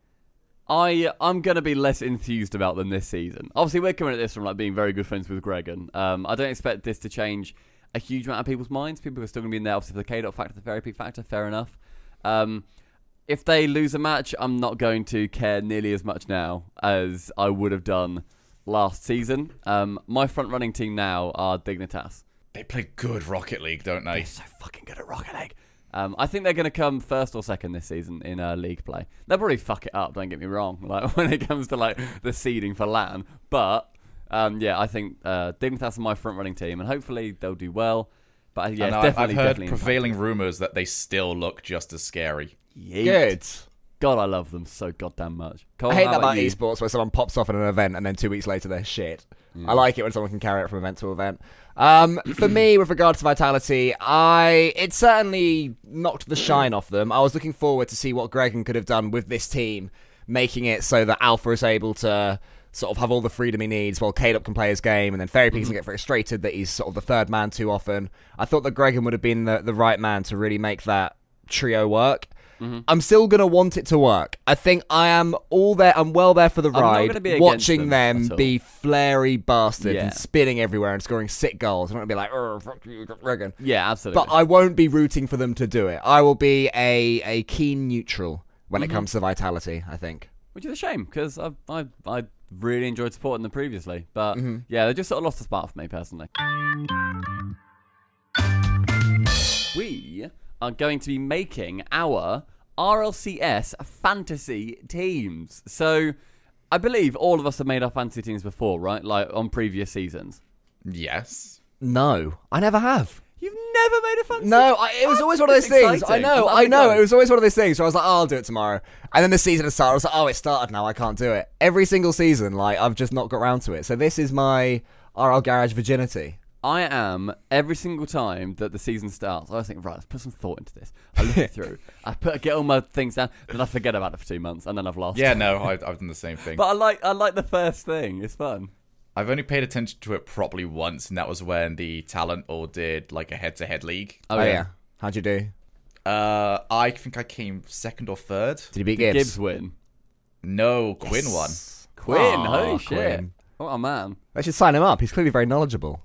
A: I I'm gonna be less enthused about them this season. Obviously, we're coming at this from like being very good friends with Gregan. Um, I don't expect this to change a huge amount of people's minds. People are still gonna be in there. Obviously, for the K dot factor, the therapy factor, fair enough. Um, if they lose a match, I'm not going to care nearly as much now as I would have done last season. Um, my front running team now are Dignitas.
C: They play good Rocket League, don't they?
A: So fucking good at Rocket League. Um, I think they're going to come first or second this season in uh, league play. They'll probably fuck it up. Don't get me wrong. Like when it comes to like the seeding for Latin, but um, yeah, I think uh, Dignitas are my front running team, and hopefully they'll do well. But uh, yeah, it's
C: and I- I've
A: definitely,
C: heard
A: definitely impact-
C: prevailing rumors that they still look just as scary.
A: Yeet.
D: Good.
A: God, I love them so goddamn much. Cole,
D: I hate
A: how
D: that about
A: you?
D: esports where someone pops off at an event and then two weeks later they're shit.
A: Mm.
D: I like it when someone can carry it from event to event. Um, for me, with regards to vitality, I it certainly knocked the shine off them. I was looking forward to see what Gregan could have done with this team, making it so that Alpha is able to sort of have all the freedom he needs while Caleb can play his game, and then Fairy
A: Mm-hmm.
D: Peaks can get frustrated that he's sort of the third man too often. I thought that Gregan would have been the, the right man to really make that trio work.
A: Mm-hmm.
D: I'm still gonna want it to work. I think I am all there. I'm well there for the
A: not
D: ride,
A: gonna be against them
D: watching them,
A: at all.
D: be flary bastards
A: Yeah.
D: and spinning everywhere and scoring sick goals. I'm not gonna be like, "Oh, fuck you, Regan."
A: Yeah, absolutely.
D: But I won't be rooting for them to do it. I will be a a keen neutral when
A: Mm-hmm.
D: it comes to vitality. I think.
A: which is a shame because I I I really enjoyed supporting them previously, but
D: Mm-hmm.
A: yeah, they just sort of lost the spark for me personally. We are going to be making our RLCS fantasy teams. So I believe all of us have made our fantasy teams before, right? Like on previous seasons.
C: Yes.
D: No, I never have.
A: You've never made a fantasy.
D: No, I, it was always one of those
A: That's
D: things. I
A: exciting.
D: know,
A: Well,
D: I
A: that'd be
D: know.
A: good.
D: It was always one of those things where I was like, oh, I'll do it tomorrow. And then the season had started. I was like, oh, it started now. I can't do it. Every single season, like, I've just not got round to it. So this is my RL Garage virginity.
A: I am every single time that the season starts. I always think, right, let's put some thought into this. I look it through. I put get all my things down, then I forget about it for two months, and then I've lost.
C: Yeah, no, I, I've done the same thing.
A: but I like I like the first thing. It's fun.
C: I've only paid attention to it properly once, and that was when the talent all did like a head-to-head league.
A: Oh,
D: Oh, yeah.
A: yeah.
D: How'd you do?
C: Uh, I think I came second or third.
D: Did you beat
A: Gibbs,
D: Gibbs?
A: win.
C: No, Quinn won.
A: Quinn,
D: Aw,
A: holy shit!
D: Quinn.
A: What a man.
D: They should sign him up. He's clearly very knowledgeable.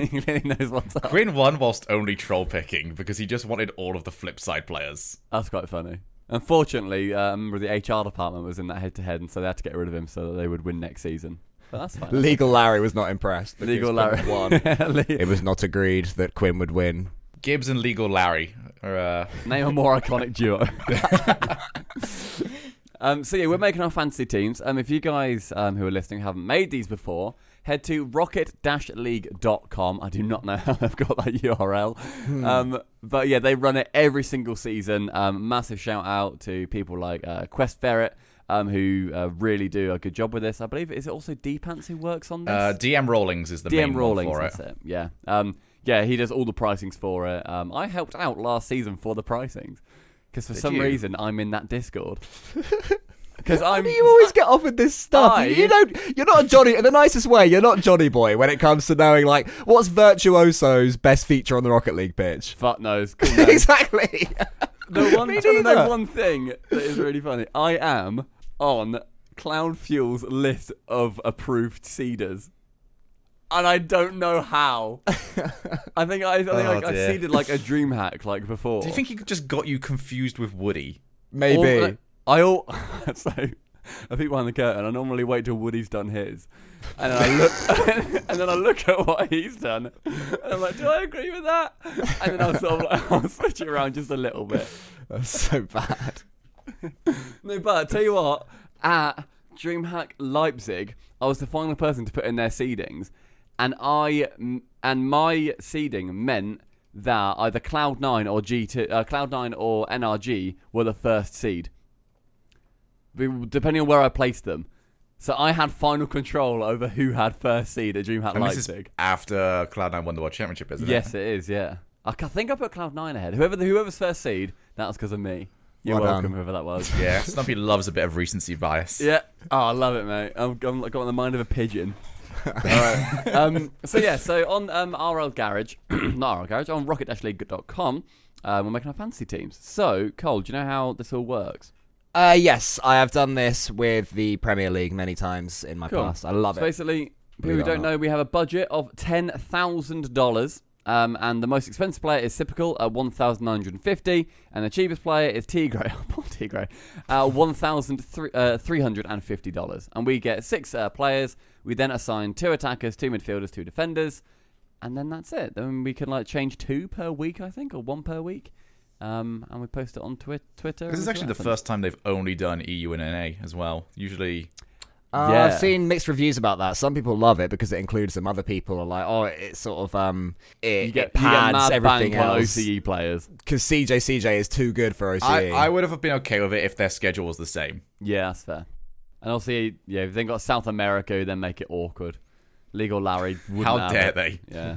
A: he really knows what's up.
C: Quinn won whilst only troll picking because he just wanted all of the flip side players.
A: That's quite funny. Unfortunately, um, the HR department was in that head-to-head, and so they had to get rid of him so that they would win next season. But that's fine.
D: Legal Larry was not impressed. because
A: Legal Larry.
D: Quinn won.
A: Le-
D: it was not agreed that Quinn would win.
C: Gibbs and Legal Larry are uh,
A: Name a more iconic duo. um, so yeah, we're making our fantasy teams. Um, if you guys um, who are listening haven't made these before, head to rocket-league.com. I do not know how they've got that URL. Um, but yeah, they run it every single season. Um, massive shout out to people like uh, Quest Ferret. Um, who uh, really do a good job with this? I believe is it also D Pants who works on this?
C: uh, DM Rawlings is the main
A: DM
C: one
A: Rawlings,
C: for it.
A: that's it. Yeah. Um, yeah, he does all the pricings for it. Um, I helped out last season for the pricings because for some
C: you?
A: reason I'm in that Discord. Because I'm.
D: You always get offered this stuff.
A: I-
D: You, you don't. You're not a Johnny in the nicest way. You're not Johnny boy when it comes to knowing like what's virtuoso's best feature on the Rocket League pitch.
A: Fuck knows. Cool knows.
D: exactly.
A: the one,
D: Me
A: do you wanna know
D: neither.
A: one thing that is really funny. I am on Cloud Fuel's list of approved seeders. And I don't know how. I think I, I think
C: Oh,
A: like, I
C: dear.
A: seeded like a dream hack like before.
C: Do you think he just got you confused with Woody?
A: All
D: Maybe.
A: the- I all so I peek behind the curtain. I normally wait till Woody's done his, and then I look, and then I look at what he's done, and I'm like, do I agree with that? And then I'll sort of like, I'll switch it around just a little bit.
D: That's so bad.
A: No, but I tell you what, at DreamHack Leipzig, I was the final person to put in their seedings, and I and my seeding meant that either Cloud Nine or G two, uh, Cloud Nine or NRG were the first seed, Be- depending on where I placed them. So I had final control over who had first seed at DreamHack
C: And this is
A: Leipzig.
C: after Cloud9 won the World Championship, isn't it?
A: Yes, it is. Yeah, I c- I think I put Cloud Nine ahead. Whoever whoever's first seed, that was because of me. You're
D: Well done.
A: welcome, whoever that was.
C: Yeah, Snuffy loves a bit of recency bias.
A: Yeah. Oh, I love it, mate. I'm, I'm like, got on the mind of a pigeon. Alright. um, so yeah, so on um, RL Garage, not RL Garage, on rocket-league.com, uh, we're making our fantasy teams. So, Cole, do you know how this all works?
D: Uh, yes, I have done this with the Premier League many times in my
A: Cool.
D: past. I love
A: So
D: it.
A: basically, people
D: Believe
A: who
D: it or
A: don't know, we have a budget of ten thousand dollars. Um, and the most expensive player is Sipical at one thousand nine hundred and fifty, and the cheapest player is Tigre. Oh, dear T Gray, uh, one thousand three hundred and fifty dollars, and we get six uh, players. We then assign two attackers, two midfielders, two defenders, and then that's it. Then we can like change two per week, I think, or one per week, um, and we post it on twi- Twitter.
C: This
A: and
C: is
A: see
C: actually the
A: what happens.
C: first time they've only done EU and NA as well. Usually,
D: Uh,
A: Yeah.
D: I've seen mixed reviews about that. Some people love it because it includes them. Other people are like, "Oh, it's sort of um, it,
A: You get,
D: it
A: you get
D: pads
A: mad
D: everything
A: bank on
D: else."
A: OCE players.
D: Because CJ CJ is too good for E. OCE.
C: I, I would have been okay with it if their schedule was the same.
A: Yeah, that's fair. And obviously, yeah, if they got South America, who then make it awkward. Legal Larry wouldn't
C: How
A: have
C: dare
A: it.
C: they?
A: Yeah.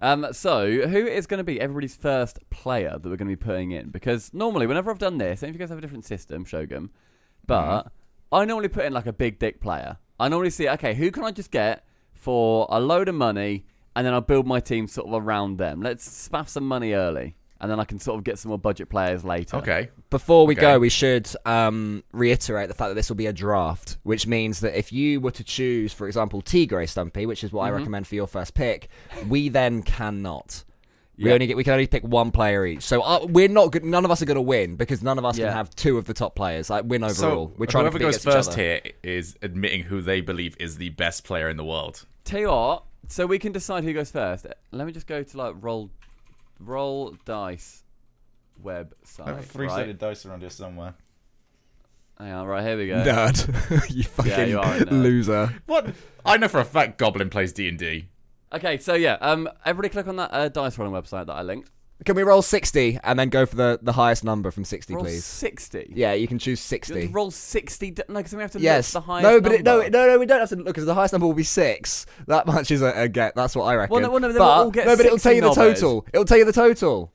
A: Um, so, who is going to be everybody's first player that we're going to be putting in? Because normally, whenever I've done this, I don't know if you guys have a different system, Shogun, but
C: Mm-hmm.
A: I normally put in like a big dick player. I normally see, okay, who can I just get for a load of money, and then I'll build my team sort of around them. Let's spaff some money early, and then I can sort of get some more budget players later.
C: Okay.
D: Before we
C: Okay.
D: go, we should um, reiterate the fact that this will be a draft, which means that if you were to choose, for example, Tigre Stumpy, which is what I recommend for your first pick, we then cannot. We
A: Yeah.
D: only get, we can only pick one player each. So uh, we're not good. None of us are going to win because none of us
A: Yeah.
D: can have two of the top players. Like win overall.
C: So
D: we're trying to
C: whoever
D: compete
C: goes
D: against each
C: first
D: other.
C: here is admitting who they believe is the best player in the world.
A: Tell you what, so we can decide who goes first. Let me just go to like roll, roll dice website. Right?
C: dice around here somewhere.
A: Hang on, right here we go.
D: Nerd, you fucking
A: Yeah, you are a nerd.
D: loser.
C: What? I know for a fact Goblin plays D and D.
A: Okay, so yeah, um, everybody click on that uh, dice rolling website that I linked.
D: Can we roll sixty and then go for the, the highest number from sixty,
A: Roll
D: please?
A: sixty.
D: Yeah, you can choose
A: You have
D: sixty.
A: to roll sixty. d- No, because we have to
D: Yes.
A: look at the highest.
D: no, but it, no,
A: number.
D: it- no, no. We don't have to look because the highest number will be six. That much is a, a get. That's what I reckon.
A: Well, no, well, no, then
D: but,
A: we'll all get
D: no, but it'll
A: 60
D: tell you the
A: numbers.
D: total. It'll tell you the total.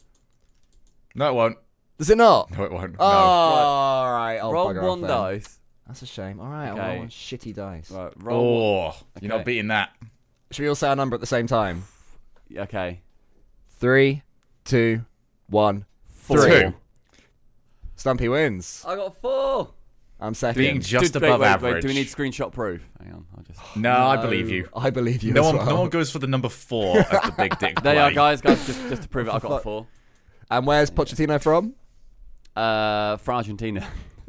C: No, it won't.
D: Does it not?
C: No, it won't.
D: Oh,
C: no.
D: all right. I'll
A: roll
D: bugger off
A: one
D: then.
A: dice.
D: That's a shame. All right, I'll
A: Okay.
D: roll one shitty dice.
A: Right, roll.
C: Oh, you're
A: Okay.
C: not beating that.
D: Should we all say our number at the same time?
A: Okay,
D: Three, two, one.
A: four.
C: Two.
D: Stumpy wins.
A: I got four.
D: I'm second.
C: Being just
A: Dude, wait,
C: above
A: wait,
C: average.
A: Wait, do we need screenshot proof? Hang on, I'll just.
C: No, I believe you.
D: I believe you.
C: No
D: as
C: one,
D: well.
C: no one goes for the number four as the big
A: There
C: dick. play.
A: you are, guys. Guys, just just to prove it, I
D: fuck?
A: got four.
D: And where's Pochettino from?
A: Uh, for Argentina.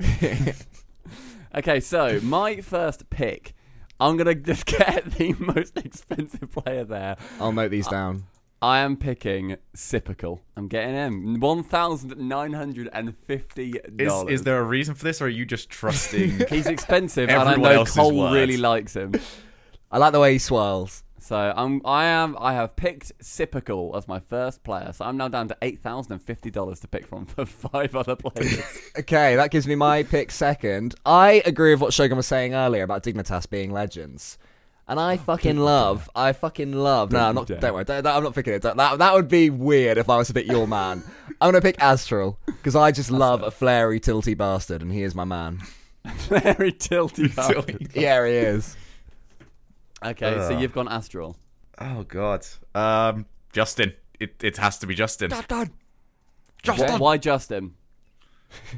A: okay, so my first pick, I'm gonna just get the most expensive player there.
D: I'll note
A: Uh,
D: these down.
A: I am picking Sipical. I'm getting him one thousand nine hundred and fifty
C: Is,
A: dollars.
C: is there a reason for this, or are you just trusting?
A: He's expensive, and I
C: Everyone
A: know
C: else's
A: Cole
C: words.
A: really likes him.
D: I like the way he swirls.
A: So I'm, I am, I have picked Sipical as my first player. So I'm now down to eight thousand and fifty dollars to pick from for five other players.
D: Okay, that gives me my pick second. I agree with what Shogun was saying earlier about Dignitas being legends. And
A: Oh,
D: I fucking love, I fucking love. No, I'm not.
A: dare.
D: Don't worry. Don't, I'm not picking it. Don't- that that would be weird if I was to pick your man. I'm gonna pick Astral because I just love a flary tilty bastard, and he is my man.
A: Very tilty. bastard.
D: Yeah, he is.
A: Okay, so
C: Ugh.
A: you've gone Astral.
C: oh God, um, Justin. It, it has to be Justin
A: Why, why Justin?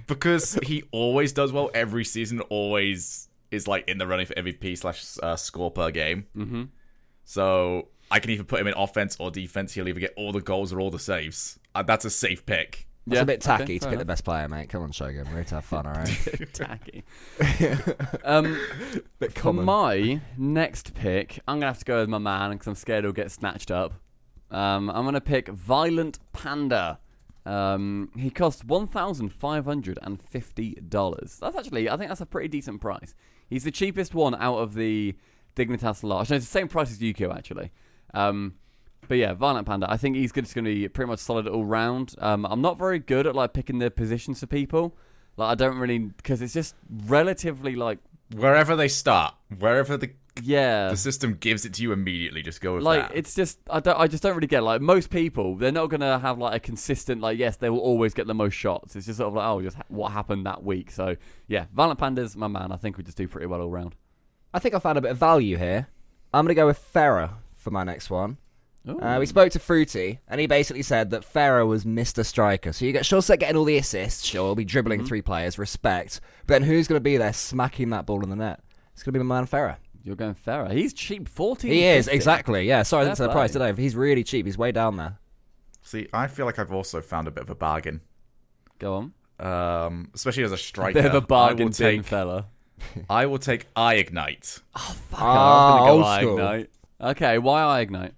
C: because he always does well every season. Always is like in the running for MVP slash uh, score per game. Mm-hmm. So I can either put him in offense or defense. He'll either get all the goals or all the saves. Uh, that's a safe pick.
D: It's
A: yeah,
D: a bit
A: okay,
D: tacky to
A: fair
D: pick the best player, mate. Come on, Shogun. We're here to have fun, all right?
A: enough. tacky. um,
D: bit
A: for my next pick, I'm gonna have to go with my man because I'm scared he'll get snatched up. Um, I'm gonna pick Violent Panda. Um, he costs one thousand five hundred and fifty dollars. That's actually, I think that's a pretty decent price. He's the cheapest one out of the Dignitas lot. No, it's the same price as Yukio actually. Um, but yeah, Violent Panda. I think he's just going to be pretty much solid all round. Um, I'm not very good at like picking the positions for people. Like I don't really because it's just relatively like
C: Wherever they start, wherever the
A: yeah,
C: the system gives it to you immediately, just go with
A: like
C: that.
A: it's just I don't I just don't really get it. like most people they're not going to have like a consistent like yes they will always get the most shots. It's just sort of like oh just ha- what happened that week. So yeah, Violent Panda's my man. I think we just do pretty well all round.
D: I think I found a bit of value here. I'm gonna go with Farah for my next one.
A: Ooh.
D: Uh, we spoke to Fruity, and he basically said that Farah was Mr. Striker. So you get sure set getting all the assists, sure, he'll be dribbling three players, respect. But then who's going to be there smacking that ball in the net? It's going to be my man Farah.
A: You're going Farah. He's cheap, fourteen.
D: He is,
A: 50.
D: exactly. Yeah, sorry, I didn't say
A: Fair
D: the price,
A: play.
D: did I? He's really cheap. He's way down there.
C: See, I feel like I've also found a bit of a bargain.
A: Go on.
C: um, especially as a striker.
A: Bit of a bargain
C: I will
A: tin
C: take,
A: fella.
C: I will take I ignite
A: I'm
D: Ah,
A: gonna go
D: old
A: I
D: school.
A: ignite. Okay, why I ignite?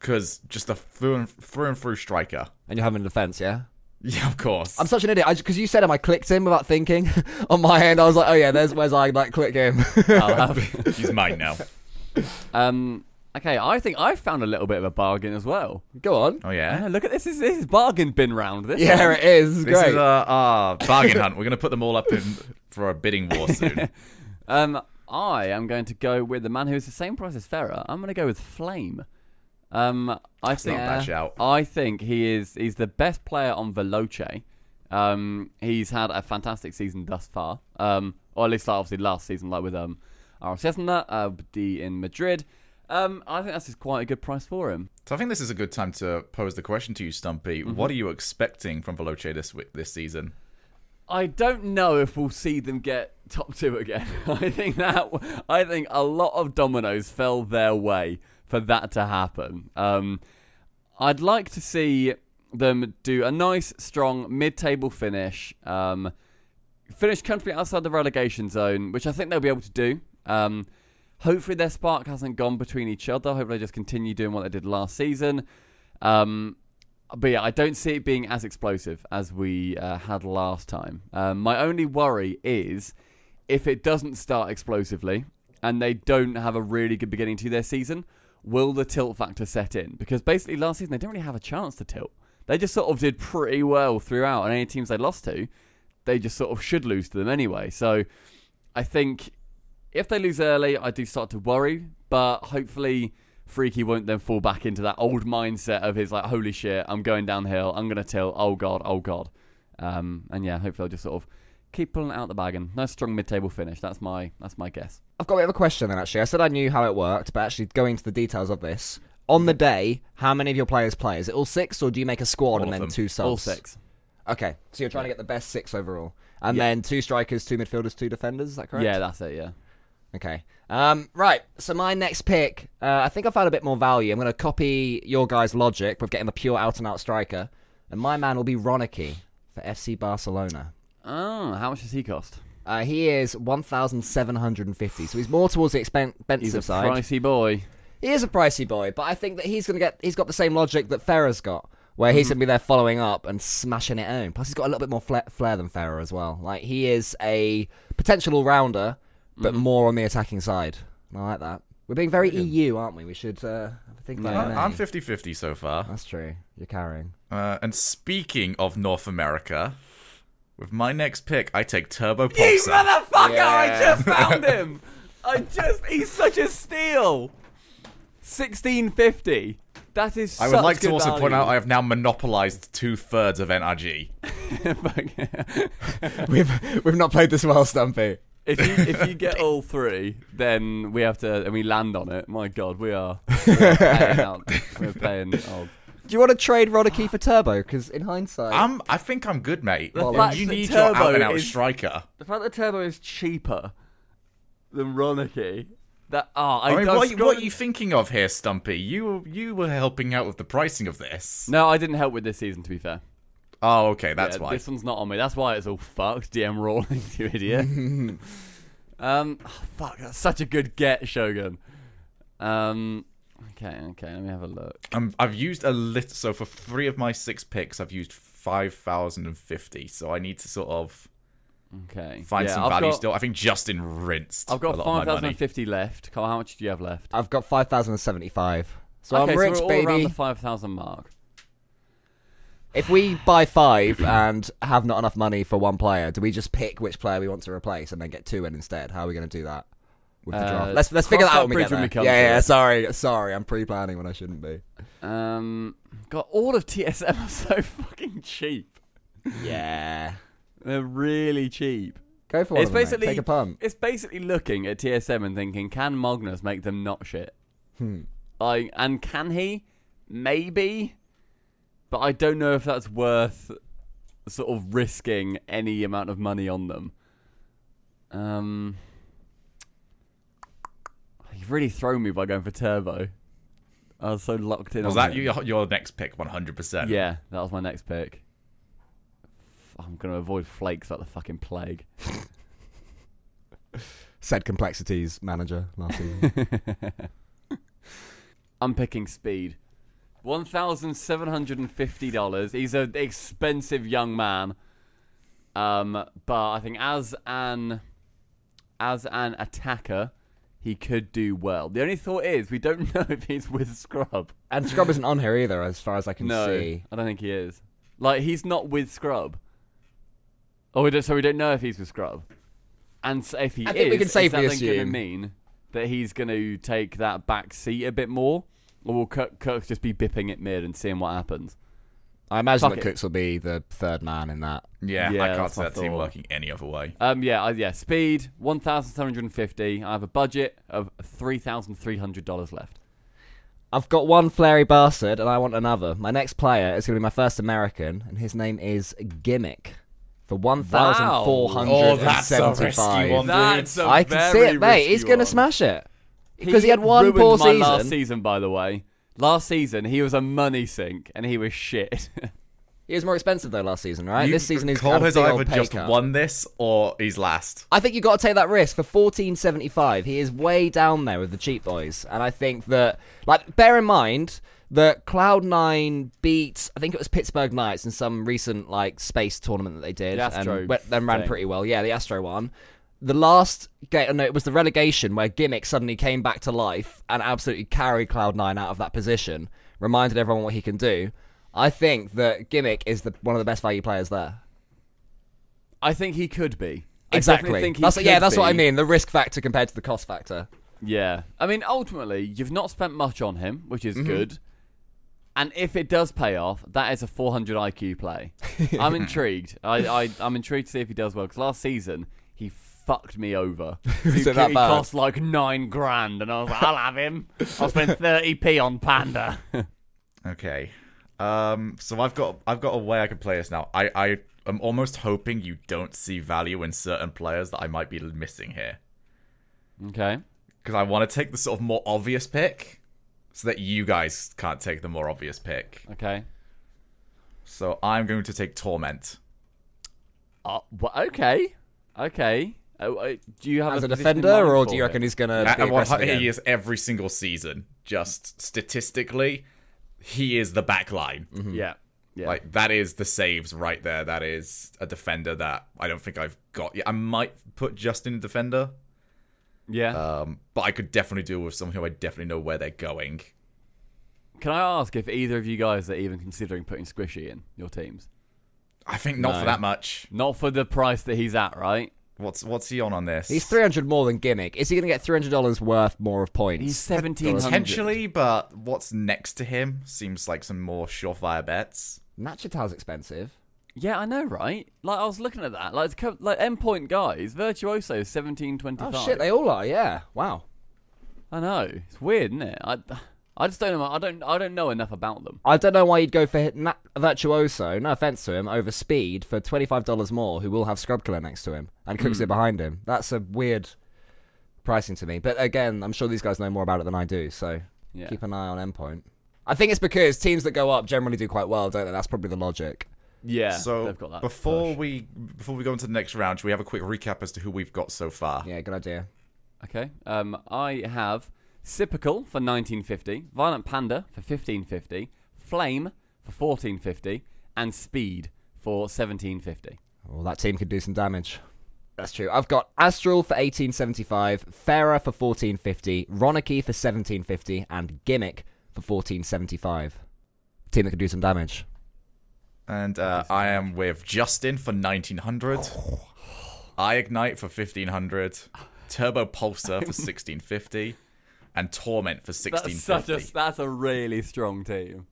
C: because just a through and, through and through striker.
D: And you're having a defense, yeah?
C: Yeah, of course.
D: I'm such an idiot. Because you said him, I clicked him without thinking. On my end, I was like, oh yeah, there's where's I like click him.
A: I'll have.
C: He's mine now.
A: um, okay, I think I found a little bit of a bargain as well.
D: go on.
C: Oh yeah.
A: Yeah, look at this. Is this is bargain bin round? This
D: Yeah, it is.
C: This
D: Great.
C: is our, our bargain hunt. We're gonna put them all up in for a bidding war soon.
A: Um, I am going to go with the man who's the same price as Farah. I'm going to go with Flame. Um, I think
C: not a bad shout.
A: I think he is he's the best player on Veloce. Um, he's had a fantastic season thus far. Um, or at least like, obviously last season, like with um, RCS and that, uh, D in Madrid. Um, I think that's just quite a good price for him.
C: So I think this is a good time to pose the question to you, Stumpy.
A: Mm-hmm.
C: What are you expecting from Veloce this wi- this season?
A: I don't know if we'll see them get top two again. I think that I think a lot of dominoes fell their way for that to happen. Um, I'd like to see them do a nice, strong mid-table finish. Um, finish comfortably outside the relegation zone, which I think they'll be able to do. Um, hopefully, their spark hasn't gone between each other. Hopefully, they just continue doing what they did last season. Um, but yeah, I don't see it being as explosive as we uh, had last time. Um, my only worry is if it doesn't start explosively and they don't have a really good beginning to their season, will the tilt factor set in? Because basically, last season they didn't really have a chance to tilt. They just sort of did pretty well throughout, and any teams they lost to, they just sort of should lose to them anyway. So I think if they lose early, I do start to worry, but hopefully Freaky won't then fall back into that old mindset of his like, holy shit, I'm going downhill, I'm gonna tilt, oh god, oh god. Um, and yeah, hopefully I'll just sort of keep pulling it out the bag and nice strong mid table finish. That's my that's my guess.
D: I've got a bit of a question then, actually. I said I knew how it worked, but actually going into the details of this, on the day, how many of your players play? Is it all six, or do you make a squad
C: of
D: and then
C: them.
D: two subs?
A: All six.
D: Okay, so you're trying to get the best six overall, and then two strikers, two midfielders, two defenders. Is that correct?
A: Yeah, that's it, yeah.
D: Okay. Um, right. So my next pick, uh, I think I found a bit more value. I'm going to copy your guys' logic with getting the pure out and out striker, and my man will be Ronicky for FC Barcelona.
A: Oh, how much does he cost?
D: Uh, he is 1,750, so he's more towards the expen- expensive
A: He's a
D: side.
A: pricey boy.
D: He is a pricey boy, but I think that he's going to get. He's got the same logic that Ferrer's got, where he's
A: Hmm.
D: going to be there following up and smashing it home. Plus, he's got a little bit more flair, flair than Ferrer as well. Like he is a potential all-rounder, but
A: Hmm.
D: more on the attacking side. And I like that. We're being very EU, aren't we? We should uh, think about
A: Yeah.
D: it.
C: I'm 50 50 so far.
D: That's true. You're carrying.
C: Uh, and speaking of North America, with my next pick, I take Turbo Popsa.
A: motherfucker!
D: I just
A: found him! I just he's such a steal. Sixteen fifty. That is
C: I would like to also point out I have now monopolized two thirds of NRG.
D: we've we've not played this well, Stumpy.
A: If you if you get all three, then we have to and we land on it. My God, we are, we are playing out. We're playing old.
D: Do you want to trade Roddicky for Turbo? Because in hindsight,
C: I'm, I think I'm good, mate.
A: Well,
C: And you
A: that's-
C: need
A: Turbo
C: your out and out
A: is-
C: striker.
A: The fact that Turbo is cheaper than Ronicky, that ah, I,
C: I mean,
A: I
C: what, are you- what
A: struggled-
C: are you thinking of here, Stumpy? You you were helping out with the pricing of this.
A: No, I didn't help with this season. To be fair,
C: Oh, okay, that's
A: Yeah,
C: why.
A: This one's not on me. That's why it's all fucked. DM rolling, you idiot. um, oh, fuck, that's such a good get, Shogun. Um, okay, okay, let me have a look.
C: I'm, Um, I've used a lit. So for three of my six picks, I've used five thousand and fifty. So I need to sort of
A: Okay,
C: find
A: Yeah,
C: some
A: I've
C: value
A: got-
C: still. I think Justin rinsed.
A: I've got
C: a lot
A: five
C: of my
A: thousand and
C: money.
A: fifty left. Carl, how much do you have left?
D: I've got five thousand and seventy-five. So
A: okay,
D: I'm rich,
A: so we're all
D: baby.
A: around the five thousand mark.
D: If we buy five and have not enough money for one player, do we just pick which player we want to replace and then get two in instead? How are we going to do that with the
A: Uh,
D: draft? Let's let's figure that
A: cross that
D: out when we
A: bridge
D: get there.
A: when we come
D: yeah,
A: to
D: yeah.
A: it.
D: Sorry, sorry. I'm pre-planning when I shouldn't be.
A: Um, got all of TSM are so fucking cheap.
D: Yeah.
A: They're really cheap.
D: Go for one.
A: It's
D: of them, mate.
A: basically-
D: take a punt.
A: It's basically looking at TSM and thinking, can Magnus make them not shit?
D: Hmm.
A: Like, and can he? Maybe, but I don't know if that's worth sort of risking any amount of money on them. Um, you've really thrown me by going for Turbo. I was so locked in.
C: Was
A: on
C: that
A: him.
C: your, your next pick? One hundred percent.
A: Yeah, that was my next pick. I'm gonna avoid flakes like the fucking plague.
E: Said Complexity's manager last season.
A: I'm picking speed. One thousand seven hundred and fifty dollars. He's an expensive young man. Um, but I think as an as an attacker, he could do well. The only thought is we don't know if he's with Scrub.
D: And Scrub isn't on here either, as far as I can
A: No,
D: see.
A: I don't think he is. Like he's not with Scrub. Oh, we don't, so we don't know if he's with Scrub. And s- if he
D: I
A: is,
D: think we can
A: is that
D: safely
A: then going to
D: assume.
A: mean that he's going to take that back seat a bit more, or will Kirk, Kirk just be bipping it mid and seeing what happens?
D: I imagine
A: Fuck
D: that
A: it.
D: Cooks will be the third man in that.
C: Yeah,
A: Yeah,
C: I can't
A: that's
C: see
A: my
C: that team
A: thought.
C: working any other way.
A: Um, yeah, I, yeah. Speed one thousand seven hundred and fifty. I have a budget of three thousand three hundred dollars left.
D: I've got one Flary bastard, and I want another. My next player is going to be my first American, and his name is Gimmick for one thousand four hundred
C: Oh,
D: and seventy-five.
C: that's a risky one. Oh, That's a
A: I
D: I can see it, mate. He's going to smash it because he, had one
A: ruined
D: poor
A: my
D: season.
A: Last season, by the way, last season he was a money sink and he was shit.
D: He was more expensive though last season, right?
C: You
D: this season he's
C: Cole
D: had a
C: has
D: big old
C: either
D: pay
C: just
D: cut.
C: won this or he's last.
D: I think you got to take that risk for fourteen seventy five. He is way down there with the cheap boys, and I think that like bear in mind that Cloud Nine beat I think it was Pittsburgh Knights in some recent like space tournament that they did,
A: The Astro
D: and went- then ran
A: thing.
D: pretty well. Yeah, the Astro one. The last game, no, it was the relegation where Gimmick suddenly came back to life and absolutely carried Cloud Nine out of that position, reminded everyone what he can do. I think that Gimmick is the one of the best value players there.
A: I think he could be. I
D: Exactly.
A: definitely think he
D: that's, yeah,
A: could
D: that's what I
A: be.
D: mean. The risk factor compared to the cost factor.
A: Yeah. I mean, ultimately, you've not spent much on him, which
D: Mm-hmm.
A: is good. And if it does pay off, that is a 400 IQ play. I'm intrigued. I, I, I'm intrigued to see if he does well. Because last season, he fucked me over. he,
D: it that
A: he
D: bad?
A: cost like nine grand, and I was like, I'll have him. I'll spend 30p on Panda.
C: Okay. Um, so I've got I've got a way I can play this now. I, I am almost hoping you don't see value in certain players that I might be missing here.
A: okay.
C: Because I want to take the sort of more obvious pick so that you guys can't take the more obvious pick.
A: Okay.
C: So I'm going to take Torment.
A: Uh, wh- okay. Okay. Oh, uh, do you have
D: As a
A: position in
D: defender,
A: mind
D: or
A: for
D: do you
A: it?
D: reckon he's going to
C: At-
D: be
C: at one
D: aggressive
C: hu-
D: again?
C: Uh, he is every single season. Just statistically, he is the back line.
A: Yeah. Mm-hmm. Yeah.
C: Like that is the saves right there. That is a defender that I don't think I've got. yet. I might put Justin in
D: uh,
C: defender,
A: yeah.
C: um, but I could definitely deal with someone who I definitely know where they're going.
A: Can I ask if either of you guys are even considering putting Squishy in your teams?
C: I think not for that much.
A: Not for the price that he's at, right?
C: What's what's he on on this?
D: He's 300 more than Gimmick. Is he going to get $300 worth more of points?
A: He's seventeen hundred.
C: potentially, but what's next to him seems like some more surefire bets.
D: Nachital's expensive.
A: Yeah, I know, right? Like I was looking at that. Like, it's co- like endpoint guys, virtuoso seventeen twenty
D: Oh,
A: five.
D: shit, they all are, yeah. Wow.
A: I know. It's weird, isn't it? I, I just don't know. I don't. I don't know enough about them.
D: I don't know why you'd go for hit- Na- Virtuoso, no offense to him, over Speed for $25 more, who will have Scrub Killer next to him, and Cooks it behind him. That's a weird pricing to me. But again, I'm sure these guys know more about it than I do, so
A: Yeah.
D: keep an eye on Endpoint. I think it's because teams that go up generally do quite well, don't they? That's probably the logic.
A: Yeah.
C: so
A: they've got that
C: before
A: push.
C: we before we go into the next round, should we have a quick recap as to who we've got so far?
D: Yeah, good idea.
A: Okay. Um, I have Sipical for 1950, Violent Panda for 1550, Flame for 1450, and Speed for 1750.
D: Well, that team could do some damage. That's true. I've got Astral for 1875, Farah for 1450, Ronicky for 1750, and Gimmick for 1475. Team that could do some damage.
C: And uh, I am with Justin for 1900, I Ignite for 1500, Turbo Pulsar for 1650, and Torment for
A: That's such
C: 1650.
A: a that's a really strong team.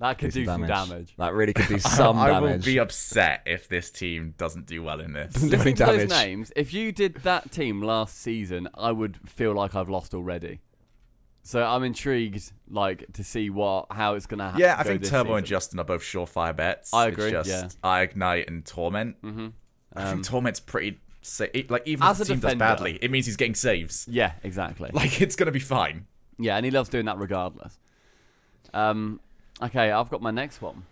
A: That could do some damage.
D: That really could do some
C: I
D: damage.
C: will be upset if this team doesn't do well in this.
D: Doing
A: Listening to
D: damage.
A: those names, if you did that team last season, I would feel like I've lost already. So I'm intrigued, like to see what how it's gonna happen.
C: yeah, I think Turbo and Justin are both surefire bets.
A: I
C: It's
A: agree,
C: just
A: yeah. Um,
C: I Ignite and Torment. Mm-hmm. I think Torment's pretty. Sa- it- like even
A: As
C: if
A: a
C: the team
A: defender-
C: does badly, it means he's getting saves.
A: Yeah, exactly.
C: Like it's gonna be fine.
A: Yeah, and he loves doing that regardless. Um, okay, I've got my next one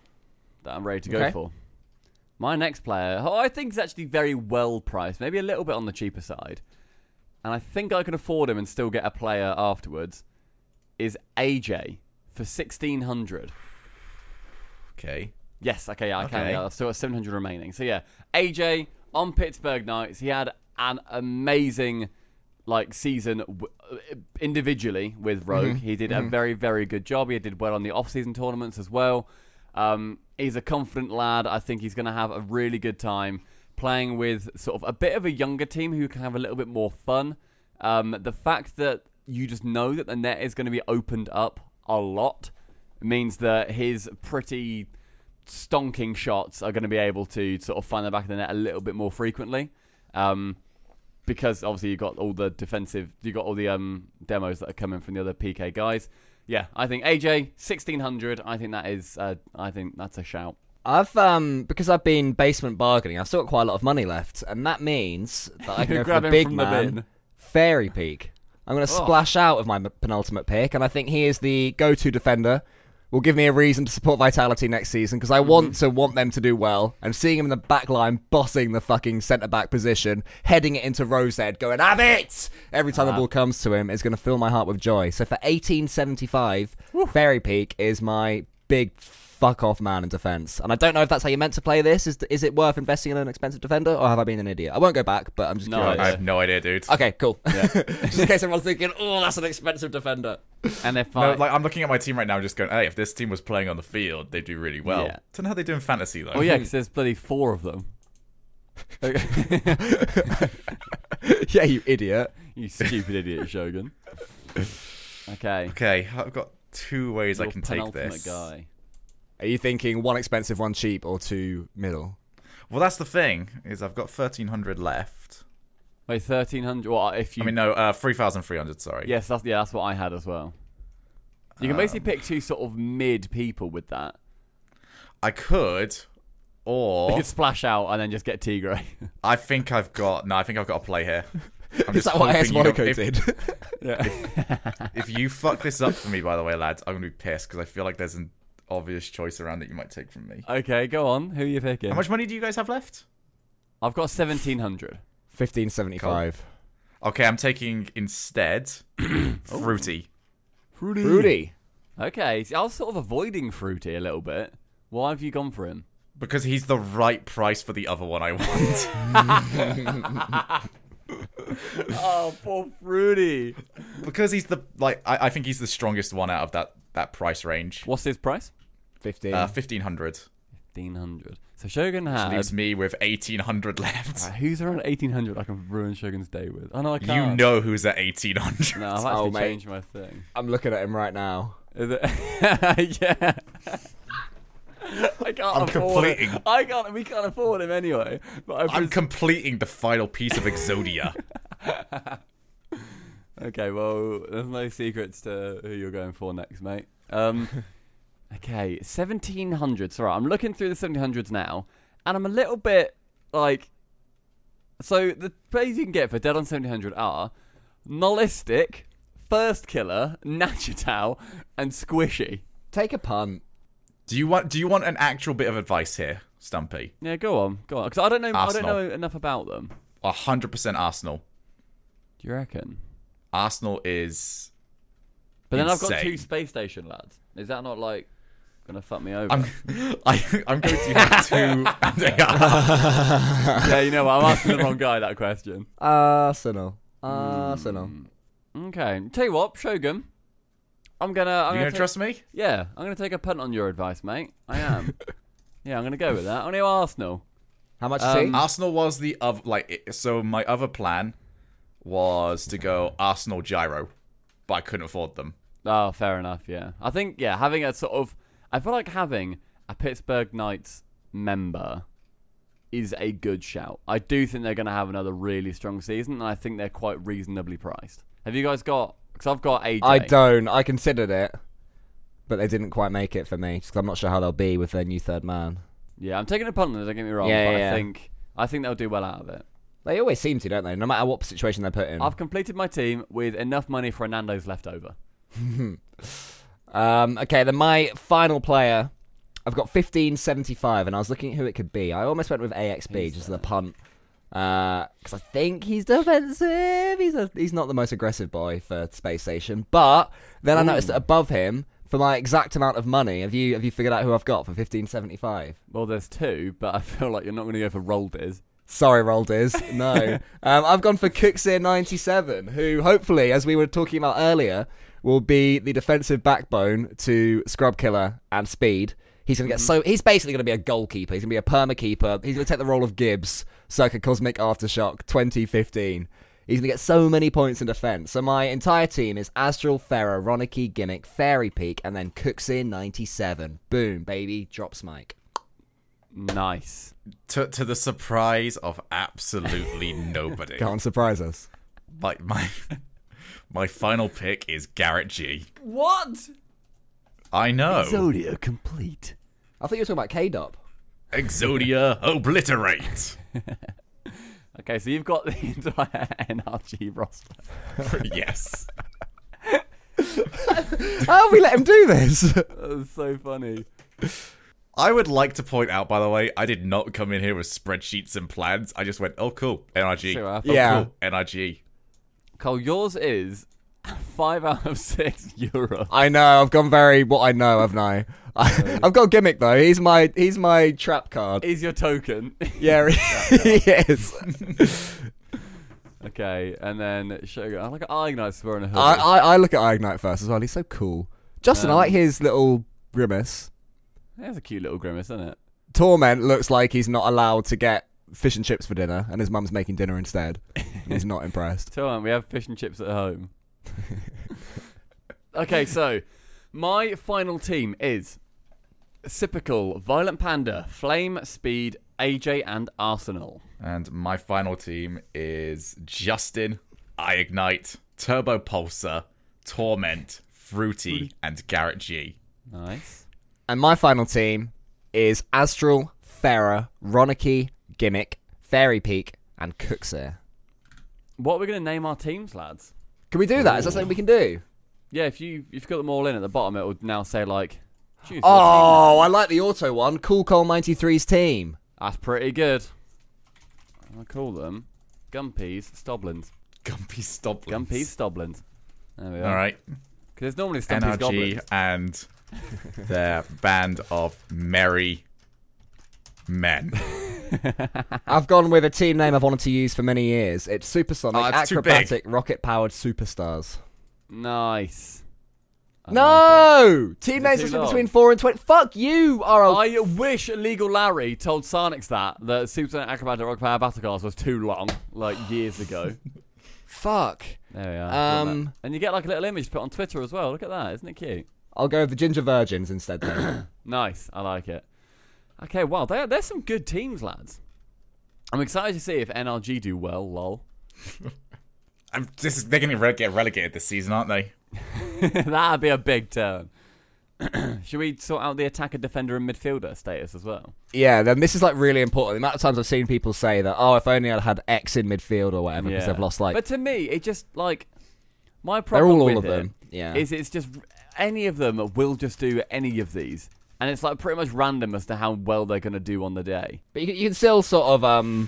A: that I'm ready to go
D: Okay.
A: for. My next player, who I think is actually very well priced, maybe a little bit on the cheaper side, and I think I can afford him and still get a player afterwards, is AJ for sixteen hundred.
C: Okay.
A: Yes, okay, yeah, I can.
C: Okay.
A: Yeah, I've still got 700 remaining. So yeah, AJ on Pittsburgh Knights, he had an amazing like season w- uh, individually with Rogue. He did a very very good job. He did well on the off-season tournaments as well. Um, he's a confident lad. I think he's going to have a really good time playing with sort of a bit of a younger team who can have a little bit more fun. Um, the fact that you just know that the net is going to be opened up a lot means that his pretty stonking shots are going to be able to sort of find the back of the net a little bit more frequently. Um, because obviously you've got all the defensive, you've got all the um, demos that are coming from the other PK guys. Yeah, I think AJ sixteen hundred. I think that is, uh, I think that's a shout.
D: I've um because I've been basement bargaining, I've still got quite a lot of money left, and that means that I can
A: You're
D: go for the
A: grabbing
D: big
A: from the
D: man,
A: bin.
D: Fairy Peak. I'm going to splash out of my m- penultimate pick, and I think he is the go-to defender. Will give me a reason to support Vitality next season because I want to want them to do well. And seeing him in the back line, bossing the fucking centre back position, heading it into Rosehead, going have it every time the ball comes to him is going to fill my heart with joy. So for 1875, Fairy Peak is my big fuck off man in defence. And I don't know if that's how you're meant to play this. Is is it worth investing in an expensive defender, or have I been an idiot? I won't go back, but I'm just
A: No,
D: curious.
A: Yeah.
C: I have no idea, dude.
D: Okay, cool. Just in case everyone's thinking, oh, that's an expensive defender.
A: And they're fine.
C: No, like I'm looking at my team right now, just going, "Hey, if this team was playing on the field, they'd do really well."
A: Yeah.
C: Don't know how they do in fantasy though.
A: oh yeah, because there's bloody four of them.
D: yeah, you idiot.
A: you stupid idiot, Shogun. Okay,
C: Okay, I've got two ways I
A: your
C: can take
A: penultimate
C: this.
A: guy.
D: Are you thinking one expensive, one cheap, or two middle?
C: Well, that's the thing is I've got thirteen hundred left.
A: Wait, thirteen hundred. Well, if you
C: I mean, no, uh, three thousand three hundred. Sorry.
A: Yes, that's yeah, that's what I had as well. You can basically pick two sort of mid people with that.
C: I could,
A: You
C: or
A: could splash out and then just get Tigray.
C: I think I've got. No, I think I've got a play here. I'm
D: Is that what
C: hoping
D: AS
C: you
D: Monaco
C: don't- if,
D: did?
C: If you fuck this up for me, by the way, lads, I'm gonna be pissed because I feel like there's an obvious choice around that you might take from me.
A: okay, go on. Who are you picking?
C: How much money do you guys have left?
A: I've got seventeen hundred.
D: 1575.
C: Okay, I'm taking instead
A: Oh.
C: fruity.
A: Fruity.
D: Rudy.
A: Okay, see, I was sort of avoiding Fruity a little bit. Why have you gone for him?
C: Because he's the right price for the other one I want.
A: Oh, poor Fruity.
C: because he's the like I, I think he's the strongest one out of that that price range.
A: What's his price?
D: 15.
C: Uh, fifteen hundred
A: Fifteen hundred. So Shogun
C: leaves
A: has.
C: me with eighteen hundred left.
A: Uh, who's around eighteen hundred? I can ruin Shogun's day with. Oh no, I can't.
C: You know who's at eighteen hundred?
A: No, I've actually
D: Oh, mate.
A: changed my thing.
D: I'm looking at him right now.
A: Is it- yeah. I can't afford
C: completing.
A: him. I can't. We can't afford him anyway. But I
C: I'm
A: pres-
C: completing the final piece of Exodia.
A: okay. Well, there's no secrets to who you're going for next, mate. Um, okay, seventeen hundreds. All right, I'm looking through the seventeen hundreds now, and I'm a little bit like. So the plays you can get for Dead on seventeen hundred are Nolistic, First Killer, Nachitow, and Squishy.
D: Take a punt.
C: do you want? Do you want an actual bit of advice here, Stumpy?
A: Yeah, go on, go on. Because I don't know. I
C: Arsenal.
A: don't know enough about them.
C: hundred percent Arsenal.
A: Do you reckon?
C: Arsenal is.
A: But then I've got
C: Insane.
A: two space station lads. Is that not like gonna fuck me over?
C: I'm. I, I'm going to have two. They are.
A: yeah, you know what? I'm asking the wrong guy that question.
D: Arsenal. Arsenal.
A: Okay, tell you what, Shogun, I'm gonna. I'm
C: You gonna
A: take-
C: trust me?
A: Yeah, I'm gonna take a punt on your advice, mate. I am. yeah, I'm gonna go with that. I'm gonna go Arsenal.
D: How much
A: Um,
D: is he?
C: Arsenal was the of like it- so my other plan was to go Arsenal Gyro, but I couldn't afford them.
A: Oh, fair enough. Yeah, I think yeah, having a sort of, I feel like having a Pittsburgh Knights member is a good shout. I do think they're going to have another really strong season, and I think they're quite reasonably priced. Have you guys got? Because I've got AJ.
D: I don't. I considered it, but they didn't quite make it for me. Just 'cause I'm not sure how they'll be with their new third man.
A: Yeah, I'm taking a punt on it. Don't get me wrong.
D: Yeah,
A: but
D: yeah,
A: I
D: yeah.
A: think I think they'll do well out of it.
D: They always seem to, don't they? No matter what situation they're put in.
A: I've completed my team with enough money for Hernando's left over.
D: Um, okay, then my final player I've got 1575, and I was looking at who it could be. I almost went with AXB
A: Who's
D: just as
A: that?
D: a punt. Because I think he's defensive. He's a, he's not the most aggressive boy for Space Station. But then I noticed that above him, for my exact amount of money, have you have you figured out who I've got for fifteen seventy five?
A: Well, there's two, but I feel like you're not going to go for Roldiz.
D: Sorry, Roldiz. No. um, I've gone for Cooksir97, who hopefully, as we were talking about earlier, will be the defensive backbone to Scrub Killer and Speed. He's
E: Mhm.
D: going to get so. He's basically going to be a goalkeeper. He's going to be a perma keeper. He's going to take the role of Gibbs, circa Cosmic Aftershock 2015. He's going to get so many points in defense. So my entire team is Astral, Pharaoh, Ronicky, Gimmick, Fairy Peak, and then Cooksir97. Boom, baby. Drops mic.
A: Nice.
C: to, to the surprise of absolutely nobody.
E: Can't surprise us.
C: Like my my final pick is Garrett G.
A: What?
C: I know.
A: Zolio complete.
D: I thought you were talking about K-Dop.
C: Exodia obliterate.
A: Okay, so you've got the entire NRG roster.
C: yes.
D: How have we let him do this?
A: That's so funny.
C: I would like to point out, by the way, I did not come in here with spreadsheets and plans. I just went, oh, cool, NRG.
A: See what happens.
D: Yeah.
C: Cool, NRG.
A: uh, Cole, yours is five out of six Europe.
D: I know. I've gone very what I know, haven't I? I I've got a gimmick though. He's my he's my trap card.
A: Is your token.
D: Yeah, he is.
A: okay, and then Shogun. I like I Ignite wearing a hoodie.
D: I, I I look at Ignite first as well. He's so cool. Justin,
A: Um,
D: I like his little grimace.
A: That's a cute little grimace, isn't it?
D: Torment looks like he's not allowed to get fish and chips for dinner, and his mum's making dinner instead. And he's not impressed.
A: So on, we have fish and chips at home. okay, so my final team is Sipical, Violent Panda, Flame, Speed, AJ, and Arsenal.
C: And my final team is Justin, I Ignite, Turbo Pulsar, Torment, Fruity, and Garrett G.
A: Nice.
D: And my final team is Astral, Farah, Ronicky, Gimmick, Fairy Peak, and Cooksir.
A: What are we going to name our teams, lads?
D: Can we do that? Is that something we can do?
A: Yeah, if you if you've got them all in at the bottom, it would now say like. choose your team.
D: Oh, I like the auto one. Cool Coal 93's team.
A: that's pretty good. I call them Gumpies Stoblins.
C: Gumpy Stoblins.
A: Gumpies Stoblins. There we are.
C: All right.
A: Because there's normally Stumpy's
C: NRG
A: Goblins.
C: and their band of merry men.
D: I've gone with a team name I've wanted to use for many years. It's Supersonic,
A: Oh,
C: Ah, it's too big.
D: Acrobatic, Rocket Powered Superstars.
A: Nice. I like it.
D: no! Team
A: it
D: names
A: too
D: that split
A: long?
D: between 4 and 20. Fuck you, RL.
A: I wish Legal Larry told Sarnix that that Super Acrobatic Rock Power Battle Cars was too long, like years ago.
D: Fuck.
A: there we are. Look at
D: Um,
A: that. and you get like a little image to put on Twitter as well. Look at that, isn't it cute?
D: I'll go with the Ginger Virgins instead then.
A: Nice, I like it. Okay, wow, there there's some good teams, lads. I'm excited to see if NRG do well. Lol.
C: I'm just, they're going to get relegated this season, aren't they?
A: That'd be a big turn. Should we sort out the attacker, defender, and midfielder status as well?
D: yeah, then this is like really important. The amount of times I've seen people say that, oh, if only I'd had X in midfield or whatever, because they've lost like.
A: But to me, it just like my
D: they're
A: problem
D: all all
A: with
D: of
A: it
D: them. Yeah.
A: is it's just any of them will just do any of these, and it's like pretty much random as to how well they're going to do on the day.
D: But you, you can still sort of um,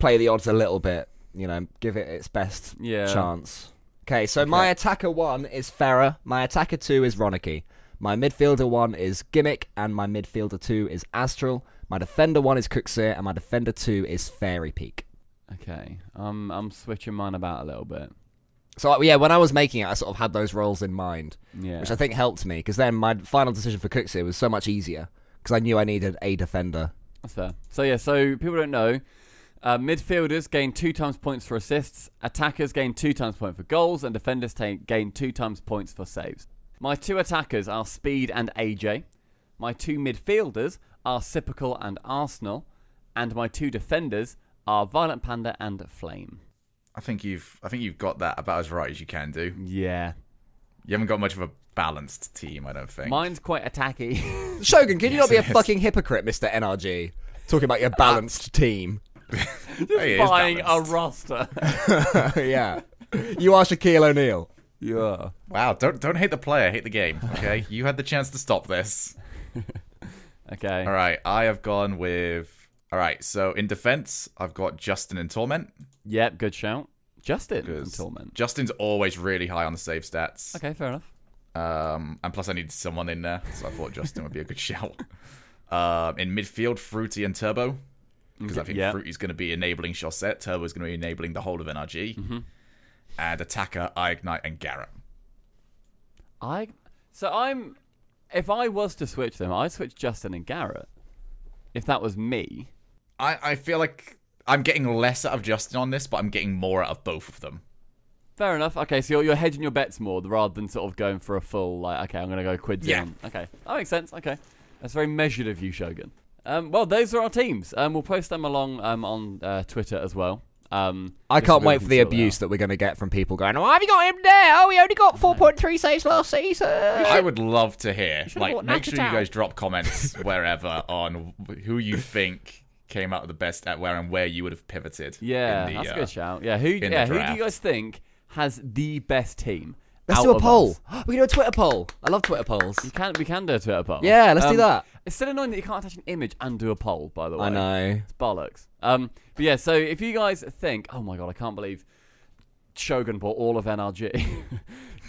D: play the odds a little bit, you know, give it its best
A: Yeah.
D: chance. Okay, so my attacker one is Farah, my attacker two is Ronicky, my midfielder one is Gimmick, and my midfielder two is Astral, my defender one is Cooksir, and my defender two is Fairy Peak.
A: Okay, um, I'm switching mine about a little bit.
D: So uh, yeah, when I was making it, I sort of had those roles in mind,
A: Yeah,
D: which I think helped me because then my final decision for Cooksir was so much easier because I knew I needed a defender.
A: that's fair. So yeah, so people don't know. Uh, midfielders gain two times points for assists, attackers gain two times points for goals, and defenders take, gain two times points for saves. My two attackers are Speed and AJ. My two midfielders are Sipical and Arsenal, and my two defenders are Violent Panda and Flame.
C: I think you've I think you've got that about as right as you can do.
A: Yeah.
C: You haven't got much of a balanced team, I don't think.
A: Mine's quite attacky.
D: Shogun, can you not be a
C: it is.
D: fucking hypocrite, Mr. NRG? Talking about your balanced team.
C: Hey, it is
A: Buying a
C: balanced.
A: roster.
D: yeah. You are Shaquille O'Neal.
A: yeah.
C: wow, don't don't hate the player, hate the game. Okay, you had the chance to stop this.
A: Okay.
C: All right, I have gone with. All right, so in defense, I've got Justin and Torment.
A: Yep. Good shout. Justin and
C: 'cause
A: Torment.
C: Justin's always really high on the save stats.
A: Okay. Fair enough.
C: Um, and plus, I needed someone in there, so I thought Justin would be a good shout. Um, in midfield, Fruity and Turbo, because I think
A: yeah.
C: Fruity's going to be enabling Chaussette, Turbo's going to be enabling the whole of NRG.
A: Mm-hmm.
C: And attacker, I Ignite and Garrett.
A: I. So I'm. If I was to switch them, I'd switch Justin and Garrett. If that was me.
C: I, I feel like I'm getting less out of Justin on this, but I'm getting more out of both of them.
A: Fair enough. Okay, so you're, you're hedging your bets more rather than sort of going for a full, like, okay, I'm going to go quid
C: Yeah.
A: down. Okay, that makes sense. Okay. That's very measured of you, Shogun. Um, well, those are our teams. Um, we'll post them along um, on uh, Twitter as well. Um,
D: I
A: just so
D: can't
A: we
D: wait
A: can
D: for the
A: sort it
D: abuse
A: out.
D: that we're going to get from people going, "Why have you got him there? Oh, he only got 4.3 saves last season."
C: I would love to hear.
D: should've
C: Like,
D: bought
C: make sure you
D: Nakatown.
C: guys drop comments wherever on who you think came out the best at where and where you would have pivoted.
A: Yeah,
C: in the,
A: that's a
C: uh,
A: good shout. Yeah, who,
C: the
A: yeah, who do
C: draft.
A: you guys think has the best team?
D: Let's
A: out
D: do a
A: of
D: poll.
A: us?
D: We can do a Twitter poll. I love Twitter polls.
A: We can, we can do a Twitter poll.
D: Yeah, let's do
A: Um,
D: that.
A: It's still annoying that you can't attach an image and do a poll, by the way.
D: I know.
A: It's bollocks. Um, but yeah, so if you guys think, oh my god, I can't believe Shogun bought all of NRG,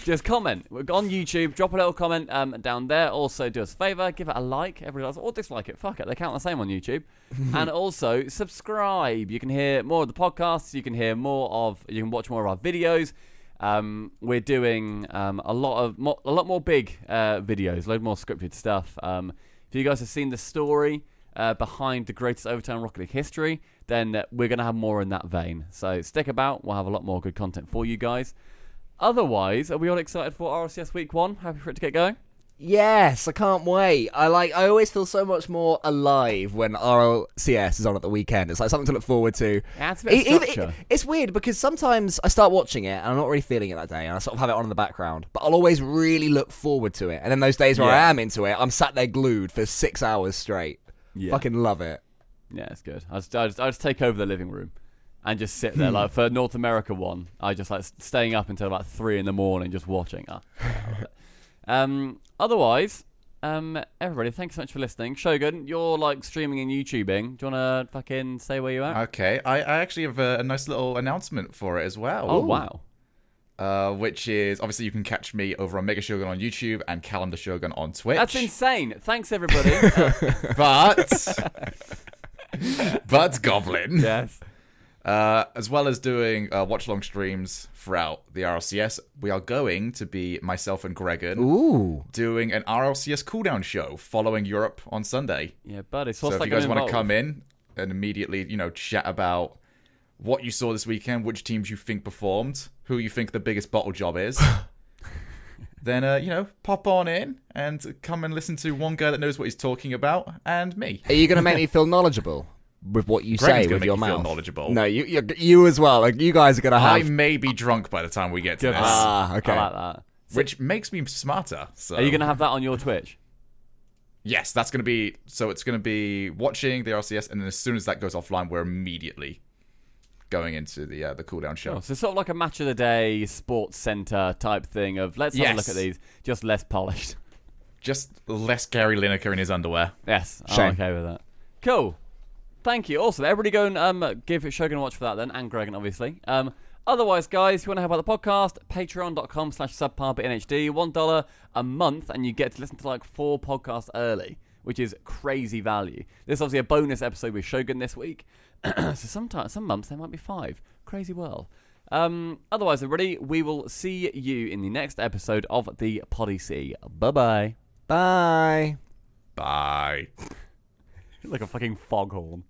A: just comment We're on YouTube, drop a little comment um, down there. Also, do us a favor, give it a like, everybody else, or dislike it. Fuck it, they count the same on YouTube. and also subscribe. You can hear more of the podcasts. You can hear more of. You can watch more of our videos. Um, we're doing um, a lot of mo- a lot more big uh, videos, a load more scripted stuff. Um, if you guys have seen the story uh, behind the greatest overtime in Rocket League history, then uh, we're going to have more in that vein. So stick about. We'll have a lot more good content for you guys. Otherwise, are we all excited for RLCS Week One? Happy for it to get going?
D: Yes, I can't wait. I like. I always feel so much more alive when RLCS is on at the weekend. It's like something to look forward to.
A: Yeah, it's a bit of
D: E- even-
A: structure.
D: it's weird because sometimes I start watching it and I'm not really feeling it that day, and I sort of have it on in the background. But I'll always really look forward to it. And then those days where I am into it, I'm sat there glued for six hours straight.
A: Yeah.
D: Fucking love it.
A: Yeah, it's good. I just, I just, I just take over the living room and just sit there. like for North America one, I just like s- staying up until about three in the morning just watching. Ah, yeah, I love it. um, otherwise, um, everybody, thanks so much for listening. Shogun, you're like streaming and YouTubing. Do you wanna fucking say where you are?
C: Okay, I, I actually have a, a nice little announcement for it as well.
A: oh wow,
C: Uh, which is obviously you can catch me over on Mega Shogun on YouTube and Calendar Shogun on Twitch.
A: that's insane. Thanks everybody. Uh,
C: but but Goblin.
A: yes.
C: Uh, as well as doing uh, watch long streams throughout the RLCS, we are going to be myself and Gregan
D: Ooh.
C: doing an RLCS cooldown show following Europe on Sunday.
A: Yeah, buddy.
C: So if you guys want to come in and immediately, you know, chat about what you saw this weekend, which teams you think performed, who you think the biggest bottle job is, then uh, you know, pop on in and come and listen to one guy that knows what he's talking about and me.
D: Are you going to make me feel knowledgeable with what you
C: Gregan's
D: say
C: gonna
D: with
C: make
D: your
C: you feel
D: mouth?
C: knowledgeable.
D: No, you, you you as well. Like you guys are going to
C: I
D: have.
C: may be drunk by the time we get to
A: Good.
C: this,
D: ah, okay.
A: I like that.
C: which makes me smarter. So
A: Are you gonna have that on your Twitch?
C: Yes, that's going to be so. It's going to be watching the RCS, and then as soon as that goes offline, we're immediately going into the uh, the cooldown show.
A: Oh, so sort of like a match of the day sports center type thing of let's have a look
C: Yes.
A: at these, just less polished.
C: Just less Gary Lineker in his underwear.
A: Yes, I'm
D: Shame.
A: okay with that. Cool. Thank you. Also, everybody go and um, give Shogun a watch for that then, and Gregan, obviously. Um, otherwise, guys, if you want to help out the podcast, patreon.com slash subpar but NHD, $1 a month, and you get to listen to like four podcasts early, which is crazy value. There's obviously a bonus episode with Shogun this week. so sometimes, some months, there might be five. Crazy world. Um, otherwise, everybody, we will see you in the next episode of the Podyssey. Bye-bye.
D: Bye.
C: Bye.
A: Like a fucking foghorn.